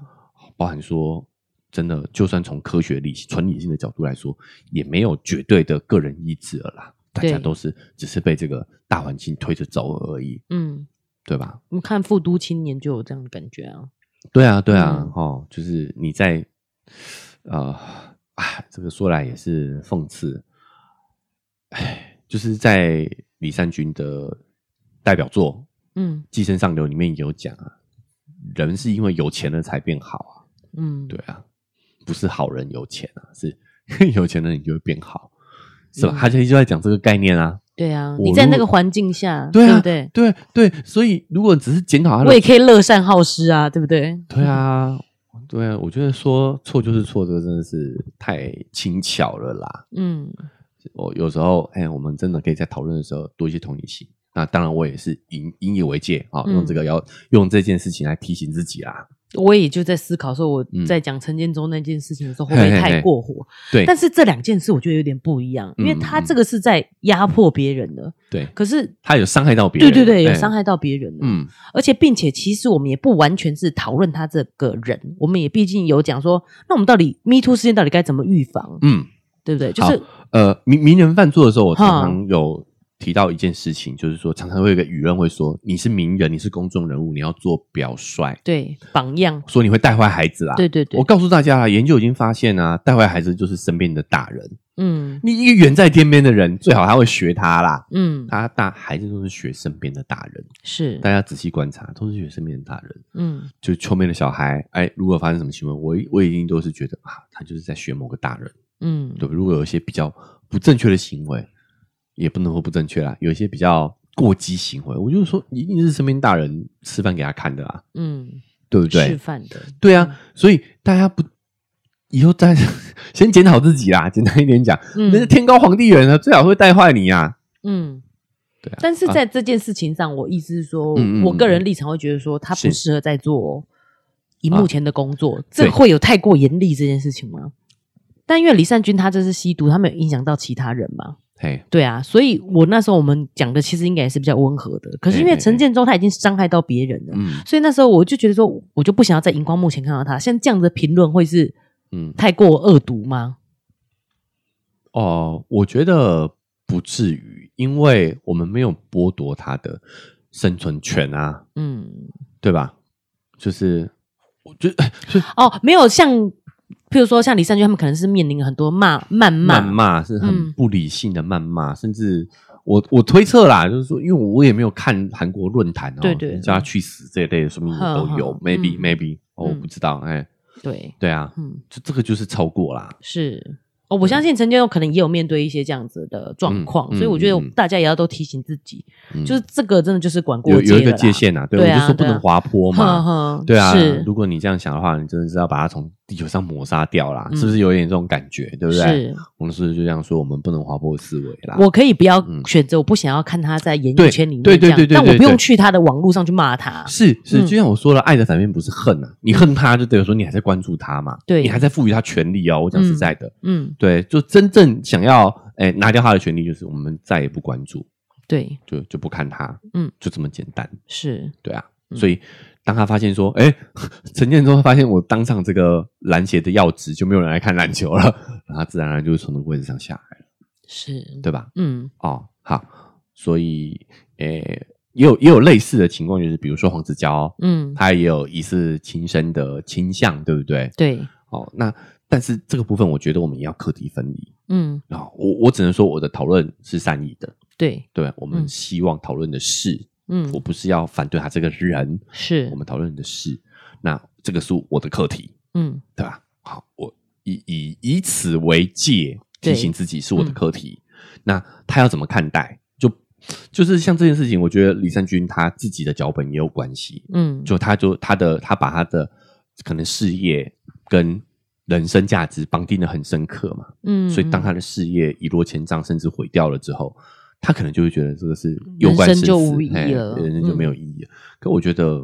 Speaker 1: 包含说，真的，就算从科学理纯理性的角度来说，也没有绝对的个人意志了啦。大
Speaker 2: 对
Speaker 1: 家都是只是被这个大环境推着走而已，
Speaker 2: 嗯，
Speaker 1: 对吧？
Speaker 2: 我们看《复都青年》就有这样的感觉啊，
Speaker 1: 对啊，对啊，
Speaker 2: 嗯
Speaker 1: 哦，就是你在，呃，哎，这个说来也是讽刺，哎，就是在李善均的代表作《
Speaker 2: 嗯
Speaker 1: 寄生上流》里面有讲啊，人是因为有钱了才变好啊，
Speaker 2: 嗯，
Speaker 1: 对啊，不是好人有钱啊，是 有钱人你就会变好，是吧？
Speaker 2: 嗯
Speaker 1: 他其实就在讲这个概念啊，
Speaker 2: 对啊，
Speaker 1: 我
Speaker 2: 你在
Speaker 1: 如
Speaker 2: 那
Speaker 1: 果
Speaker 2: 个环境下，
Speaker 1: 对啊，
Speaker 2: 不对？
Speaker 1: 对对，所以如果只是检讨他的
Speaker 2: 我也可以乐善好施啊，对不对？
Speaker 1: 对啊，对啊，我觉得说错就是错，这个真的是太轻巧了啦。
Speaker 2: 嗯，
Speaker 1: 我有时候，哎，我们真的可以在讨论的时候多一些同理心。那当然，我也是引引以为戒啊，
Speaker 2: 嗯
Speaker 1: 用这个要用这件事情来提醒自己啦。
Speaker 2: 我也就在思考说，我
Speaker 1: 嗯
Speaker 2: 在讲陈建州那件事情的时候，会不会
Speaker 1: 嘿嘿
Speaker 2: 太
Speaker 1: 嘿
Speaker 2: 过火？
Speaker 1: 对，
Speaker 2: 但是这两件事我觉得有点不一样，因为
Speaker 1: 嗯
Speaker 2: 他
Speaker 1: 嗯
Speaker 2: 这个是在压迫别人的，
Speaker 1: 对
Speaker 2: 可是
Speaker 1: 他有伤害到别
Speaker 2: 对
Speaker 1: 人，
Speaker 2: 对对，有
Speaker 1: 哎
Speaker 2: 伤。害到别人的，
Speaker 1: 嗯，
Speaker 2: 而且并且其实我们也不完全是讨论他这个人，我们也毕竟有讲说，那我们到底 Me Too 事件到底该怎么预防，
Speaker 1: 嗯，
Speaker 2: 对不对？就是
Speaker 1: 呃，名名人犯错的时候，我常
Speaker 2: 哈
Speaker 1: 常有提到一件事情，就是说常常会有一个舆论会说你是名人，你是公众人物，你要做表率，
Speaker 2: 对，榜样，
Speaker 1: 说你会带坏孩子啦。
Speaker 2: 对对对
Speaker 1: 我，告诉大家啊，研究已经发现啊，带坏孩子就是身边的大人。
Speaker 2: 嗯
Speaker 1: 你一个远在天边的人，最好他会学他啦。
Speaker 2: 嗯，
Speaker 1: 他大孩子都是学身边的大人，
Speaker 2: 是
Speaker 1: 大，家仔细观察，都是学身边的大人。
Speaker 2: 嗯
Speaker 1: 就秋妹的小孩，哎，如果发生什么行为，我一我已经都是觉得啊，他就是在学某个大人，
Speaker 2: 嗯，
Speaker 1: 对吧？如果有一些比较不正确的行为，也不能说不正确啦，有一些比较过激行为，我就是说，一定是身边大人示范给他看的啦，
Speaker 2: 嗯，
Speaker 1: 对不对
Speaker 2: 示？范的，
Speaker 1: 对啊，所以大家不以后再 先检讨自己啦，简单一点讲，
Speaker 2: 嗯，
Speaker 1: 那是
Speaker 2: 嗯
Speaker 1: 天高皇帝远啊，最好会带坏你啊。
Speaker 2: 嗯。
Speaker 1: 对啊，
Speaker 2: 但是
Speaker 1: 啊
Speaker 2: 在这件事情上，我意思是说
Speaker 1: 嗯嗯嗯，
Speaker 2: 我个人立场会觉得说，他不
Speaker 1: 是啊
Speaker 2: 适合在做荧幕前的工作，
Speaker 1: 对
Speaker 2: 这会有太过严厉这件事情吗？但因为李善均他这是吸毒，他没有影响到其他人嘛，
Speaker 1: 嘿，
Speaker 2: 对啊，所以我那时候我们讲的其实应该也是比较温和的，可是因
Speaker 1: 哎
Speaker 2: 为
Speaker 1: 哎哎
Speaker 2: 陈建州他已经伤害到别人了，
Speaker 1: 嗯
Speaker 2: 所以那时候我就觉得说，我就不想要在荧光幕前看到他，像这样的评论会是
Speaker 1: 嗯，
Speaker 2: 太过恶毒吗？
Speaker 1: 哦，我觉得不至于，因为我们没有剥夺他的生存权啊，
Speaker 2: 嗯，
Speaker 1: 对吧？就是，我觉得是
Speaker 2: 哦，没有像，譬如说像李善均他们可能是面临很多骂谩骂，
Speaker 1: 谩骂是很
Speaker 2: 嗯
Speaker 1: 不理性的谩骂，甚至我我推测啦，就是说，因为我也没有看韩国论坛哦，
Speaker 2: 对对
Speaker 1: 你叫他去死这一类的，说明也都有
Speaker 2: 哼哼
Speaker 1: ，maybe
Speaker 2: 嗯
Speaker 1: maybe，哦我
Speaker 2: 嗯
Speaker 1: 不知道，哎，
Speaker 2: 对，
Speaker 1: 对啊，
Speaker 2: 嗯，
Speaker 1: 这这个就是超过啦，
Speaker 2: 是。哦，我相信陈建州可能也有面对一些这样子的状况，
Speaker 1: 嗯嗯
Speaker 2: 所以我觉
Speaker 1: 嗯嗯
Speaker 2: 得大家也要都提醒自己，
Speaker 1: 嗯
Speaker 2: 就是这个真的就是管过
Speaker 1: 有
Speaker 2: 界
Speaker 1: 有一个
Speaker 2: 了啦
Speaker 1: 界，限啊，对，
Speaker 2: 对啊
Speaker 1: 我就说不
Speaker 2: 对啊
Speaker 1: 能滑坡嘛
Speaker 2: 哼，哼
Speaker 1: 对啊
Speaker 2: 是，
Speaker 1: 如果你这样想的话，你真的是要把它从地球上抹杀掉啦，
Speaker 2: 嗯
Speaker 1: 是不是有点这种感觉，对不啊对？
Speaker 2: 是，
Speaker 1: 我们是不是就这样说，我们不能滑坡思维啦？
Speaker 2: 我可以不要
Speaker 1: 嗯
Speaker 2: 选择，我不想要看他在演
Speaker 1: 对
Speaker 2: 艺圈里面
Speaker 1: 对对
Speaker 2: 这样
Speaker 1: 对对
Speaker 2: 但
Speaker 1: 对
Speaker 2: 我不
Speaker 1: 对
Speaker 2: 用去他的网络上去骂他。
Speaker 1: 是是，
Speaker 2: 嗯
Speaker 1: 就像我说了，爱的反面不是恨啊，你恨他就等于说你还在关注他嘛，
Speaker 2: 对
Speaker 1: 你还在赋予他权利哦。我讲实在的，
Speaker 2: 嗯，
Speaker 1: 对，就真正想要哎拿掉他的权利，就是我们再也不关注，
Speaker 2: 对，
Speaker 1: 就就不看他，
Speaker 2: 嗯，
Speaker 1: 就这么简单，
Speaker 2: 是，
Speaker 1: 对啊。所以当他发现说，哎， 陈建州发现我当上这个篮协的要职，就没有人来看篮球了，然后他自然而然就会从那个位置上下来了，
Speaker 2: 是，
Speaker 1: 对吧？
Speaker 2: 嗯
Speaker 1: 哦，好，所以诶、也有也有类似的情况，就是比如说黄子佼，
Speaker 2: 嗯，
Speaker 1: 他也有疑似轻生的倾向，对不对？
Speaker 2: 对，
Speaker 1: 哦，那但是这个部分，我觉得我们也要课题分离
Speaker 2: 嗯
Speaker 1: 啊、哦我我只能说我的讨论是善意的，
Speaker 2: 对，
Speaker 1: 对，我们
Speaker 2: 嗯
Speaker 1: 希望讨论的是，
Speaker 2: 嗯
Speaker 1: 我不是要反对他这个人，
Speaker 2: 是
Speaker 1: 我，们讨论的是，那这个是我的课题，
Speaker 2: 嗯
Speaker 1: 对吧？好，我以以以此为戒，提
Speaker 2: 对
Speaker 1: 醒自己是我的
Speaker 2: 嗯
Speaker 1: 课题。那他要怎么看待？就就是像这件事情，我觉得李善均他自己的脚本也有关系。
Speaker 2: 嗯，
Speaker 1: 就他就他的他把他的可能事业跟人生价值绑定的很深刻嘛，
Speaker 2: 嗯，
Speaker 1: 所以当他
Speaker 2: 嗯
Speaker 1: 的事业一落千丈，甚至毁掉了之后，他可能就会觉得这个是
Speaker 2: 人
Speaker 1: 攸关
Speaker 2: 生
Speaker 1: 生
Speaker 2: 就
Speaker 1: 死
Speaker 2: 无意义
Speaker 1: 嘿
Speaker 2: 了
Speaker 1: 人生就
Speaker 2: 嗯
Speaker 1: 没有意义了。可我觉得，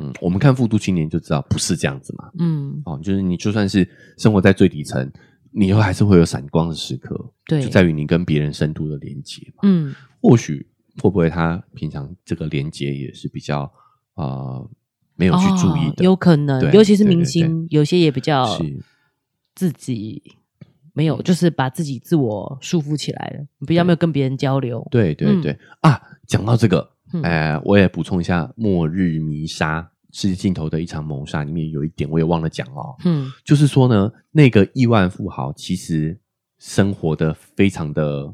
Speaker 1: 嗯，我们看《复读青年》就知道不是这样子嘛。
Speaker 2: 嗯，
Speaker 1: 哦，就是你就算是生活在最底层，你以后还是会有闪光的时刻，
Speaker 2: 对，
Speaker 1: 就在于你跟别人深度的连接嘛。
Speaker 2: 嗯
Speaker 1: 或许会不会他平常这个连接也是比较呃没有去注意
Speaker 2: 哦
Speaker 1: 的，
Speaker 2: 有可能
Speaker 1: 对，
Speaker 2: 尤其是
Speaker 1: 对对
Speaker 2: 明
Speaker 1: 对
Speaker 2: 星，有些也比较
Speaker 1: 是嗯
Speaker 2: 自己。没有，就是把自己自我束缚起来了，比较没有跟别人交流。
Speaker 1: 对对对、啊！讲到这个，
Speaker 2: 嗯
Speaker 1: 呃，我也补充一下，《末日弥杀》是镜头的一场谋杀，里面有一点我也忘了讲哦，
Speaker 2: 嗯，
Speaker 1: 就是说呢，那个亿万富豪其实生活的非常的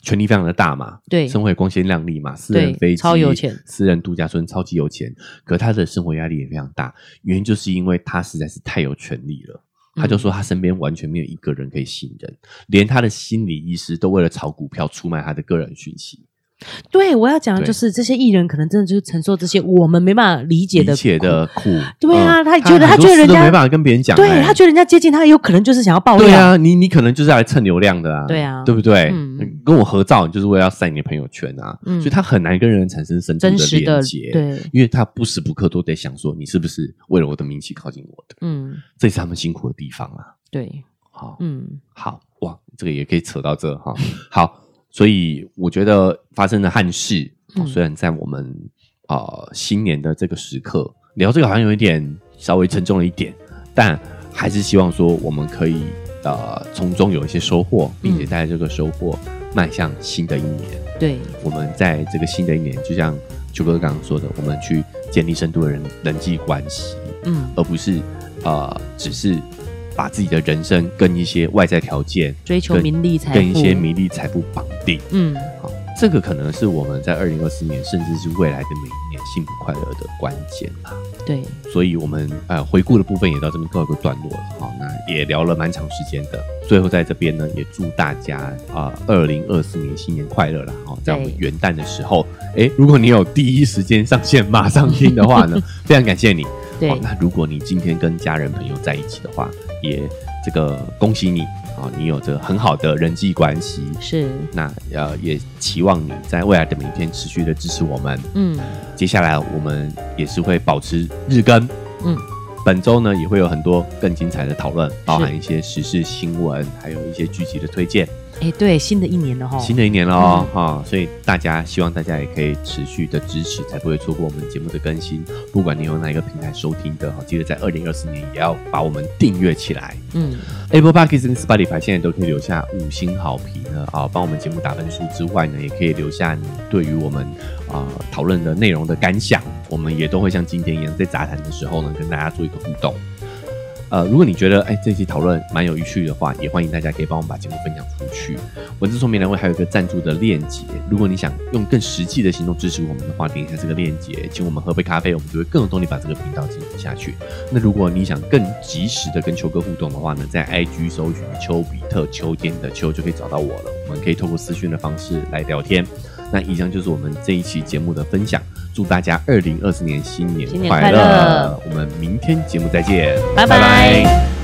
Speaker 1: 权力非常的大嘛，
Speaker 2: 对
Speaker 1: 生活也光鲜亮丽嘛，私人
Speaker 2: 对
Speaker 1: 飞机
Speaker 2: 超有钱
Speaker 1: 私人度假村超级有钱，可他的生活压力也非常大，原因就是因为他实在是太有权力了。
Speaker 2: 嗯
Speaker 1: 他就说他身边完全没有一个人可以信任，连他的心理医师都为了炒股票出卖他的个人讯息，
Speaker 2: 对，我要讲的
Speaker 1: 对
Speaker 2: 就是这些艺人可能真的就是承受这些我们没办法理解的
Speaker 1: 理解的苦。
Speaker 2: 对啊
Speaker 1: 嗯
Speaker 2: 他觉得
Speaker 1: 很
Speaker 2: 他
Speaker 1: 多
Speaker 2: 觉得
Speaker 1: 事
Speaker 2: 人
Speaker 1: 都
Speaker 2: 家
Speaker 1: 没办法跟别人讲欸，
Speaker 2: 对他觉得人家接近他，有可能就是想要爆料。
Speaker 1: 对啊，你你可能就是来蹭流量的啊，
Speaker 2: 对啊
Speaker 1: 对不对？
Speaker 2: 嗯
Speaker 1: 跟我合照，你就是为了要晒你的朋友圈啊，
Speaker 2: 嗯
Speaker 1: 所以他很难跟人产生深度
Speaker 2: 真实
Speaker 1: 连
Speaker 2: 的
Speaker 1: 接，，
Speaker 2: 对，
Speaker 1: 因为他不时不刻都得想说，你是不是为了我的名气靠近我的？
Speaker 2: 嗯，
Speaker 1: 这是他们辛苦的地方啊。
Speaker 2: 对，
Speaker 1: 好、
Speaker 2: 嗯
Speaker 1: 好哇，这个也可以扯到这哈、好，所以我觉得发生了憾事，哦
Speaker 2: 嗯
Speaker 1: 虽然在我们呃新年的这个时刻聊这个好像有一点稍微沉重了一点，但还是希望说我们可以
Speaker 2: 嗯
Speaker 1: 呃从中有一些收获，并且带着这个收获迈向新的一年。
Speaker 2: 对，
Speaker 1: 我们在这个新的一年，就像秋哥刚刚说的，我们去建立深度的人人际关系，
Speaker 2: 嗯，
Speaker 1: 而不是呃，只是把自己的人生跟一些外在条件、
Speaker 2: 追求
Speaker 1: 跟
Speaker 2: 名利财富，
Speaker 1: 跟一些名利财富绑定。
Speaker 2: 嗯，
Speaker 1: 好，这个可能是我们在二零二四年，甚至是未来的每一年幸福快乐的关键啊。
Speaker 2: 对，
Speaker 1: 所以，我们呃回顾的部分也到这边告一个段落了。好、那也聊了蛮长时间的。最后在这边呢，也祝大家啊，二零二四年新年快乐啦！好、在我们
Speaker 2: 对
Speaker 1: 元旦的时候，诶，如果你有第一时间上线马上听的 话呢，非常感谢你。
Speaker 2: 对，
Speaker 1: 好那如果你今天跟家人朋友在一起的话，也这个恭喜你啊、你有着很好的人际关系。
Speaker 2: 是，
Speaker 1: 那呃，也期望你在未来的每一天持续的支持我们。
Speaker 2: 嗯
Speaker 1: 接下来我们也是会保持日更，
Speaker 2: 嗯，
Speaker 1: 本周呢也会有很多更精彩的讨论，包含一些时事新闻，还有一些剧集的推荐。
Speaker 2: 哎，对，新的一年了哈，
Speaker 1: 新的一年了哦哈、所以大家希望大家也可以持续的支持，才不会错过我们节目的更新。不管你用哪一个平台收听的，哈，记得在二零二四年也要把我们订阅起来。
Speaker 2: 嗯，
Speaker 1: Apple Podcast 跟 Spotify 现在都可以留下五星好评呢，啊，帮我们节目打分数之外呢，也可以留下你对于我们啊讨论的内容的感想，我们也都会像今天一样，在杂谈的时候呢，跟大家做一个互动。呃，如果你觉得哎这期讨论蛮有趣的话，也欢迎大家可以帮我们把节目分享出去。文字说明栏位还有一个赞助的链接，如果你想用更实际的行动支持我们的话，点一下这个链接，请我们喝杯咖啡，我们就会更有动力把这个频道进行下去。那如果你想更及时的跟秋哥互动的话呢，在 IG 搜寻丘比特秋天的秋就可以找到我了。我们可以透过私讯的方式来聊天。那以上就是我们这一期节目的分享，祝大家二零二四年新年
Speaker 2: 新年
Speaker 1: 快
Speaker 2: 快乐
Speaker 1: 我们明天节目再见，
Speaker 2: 拜拜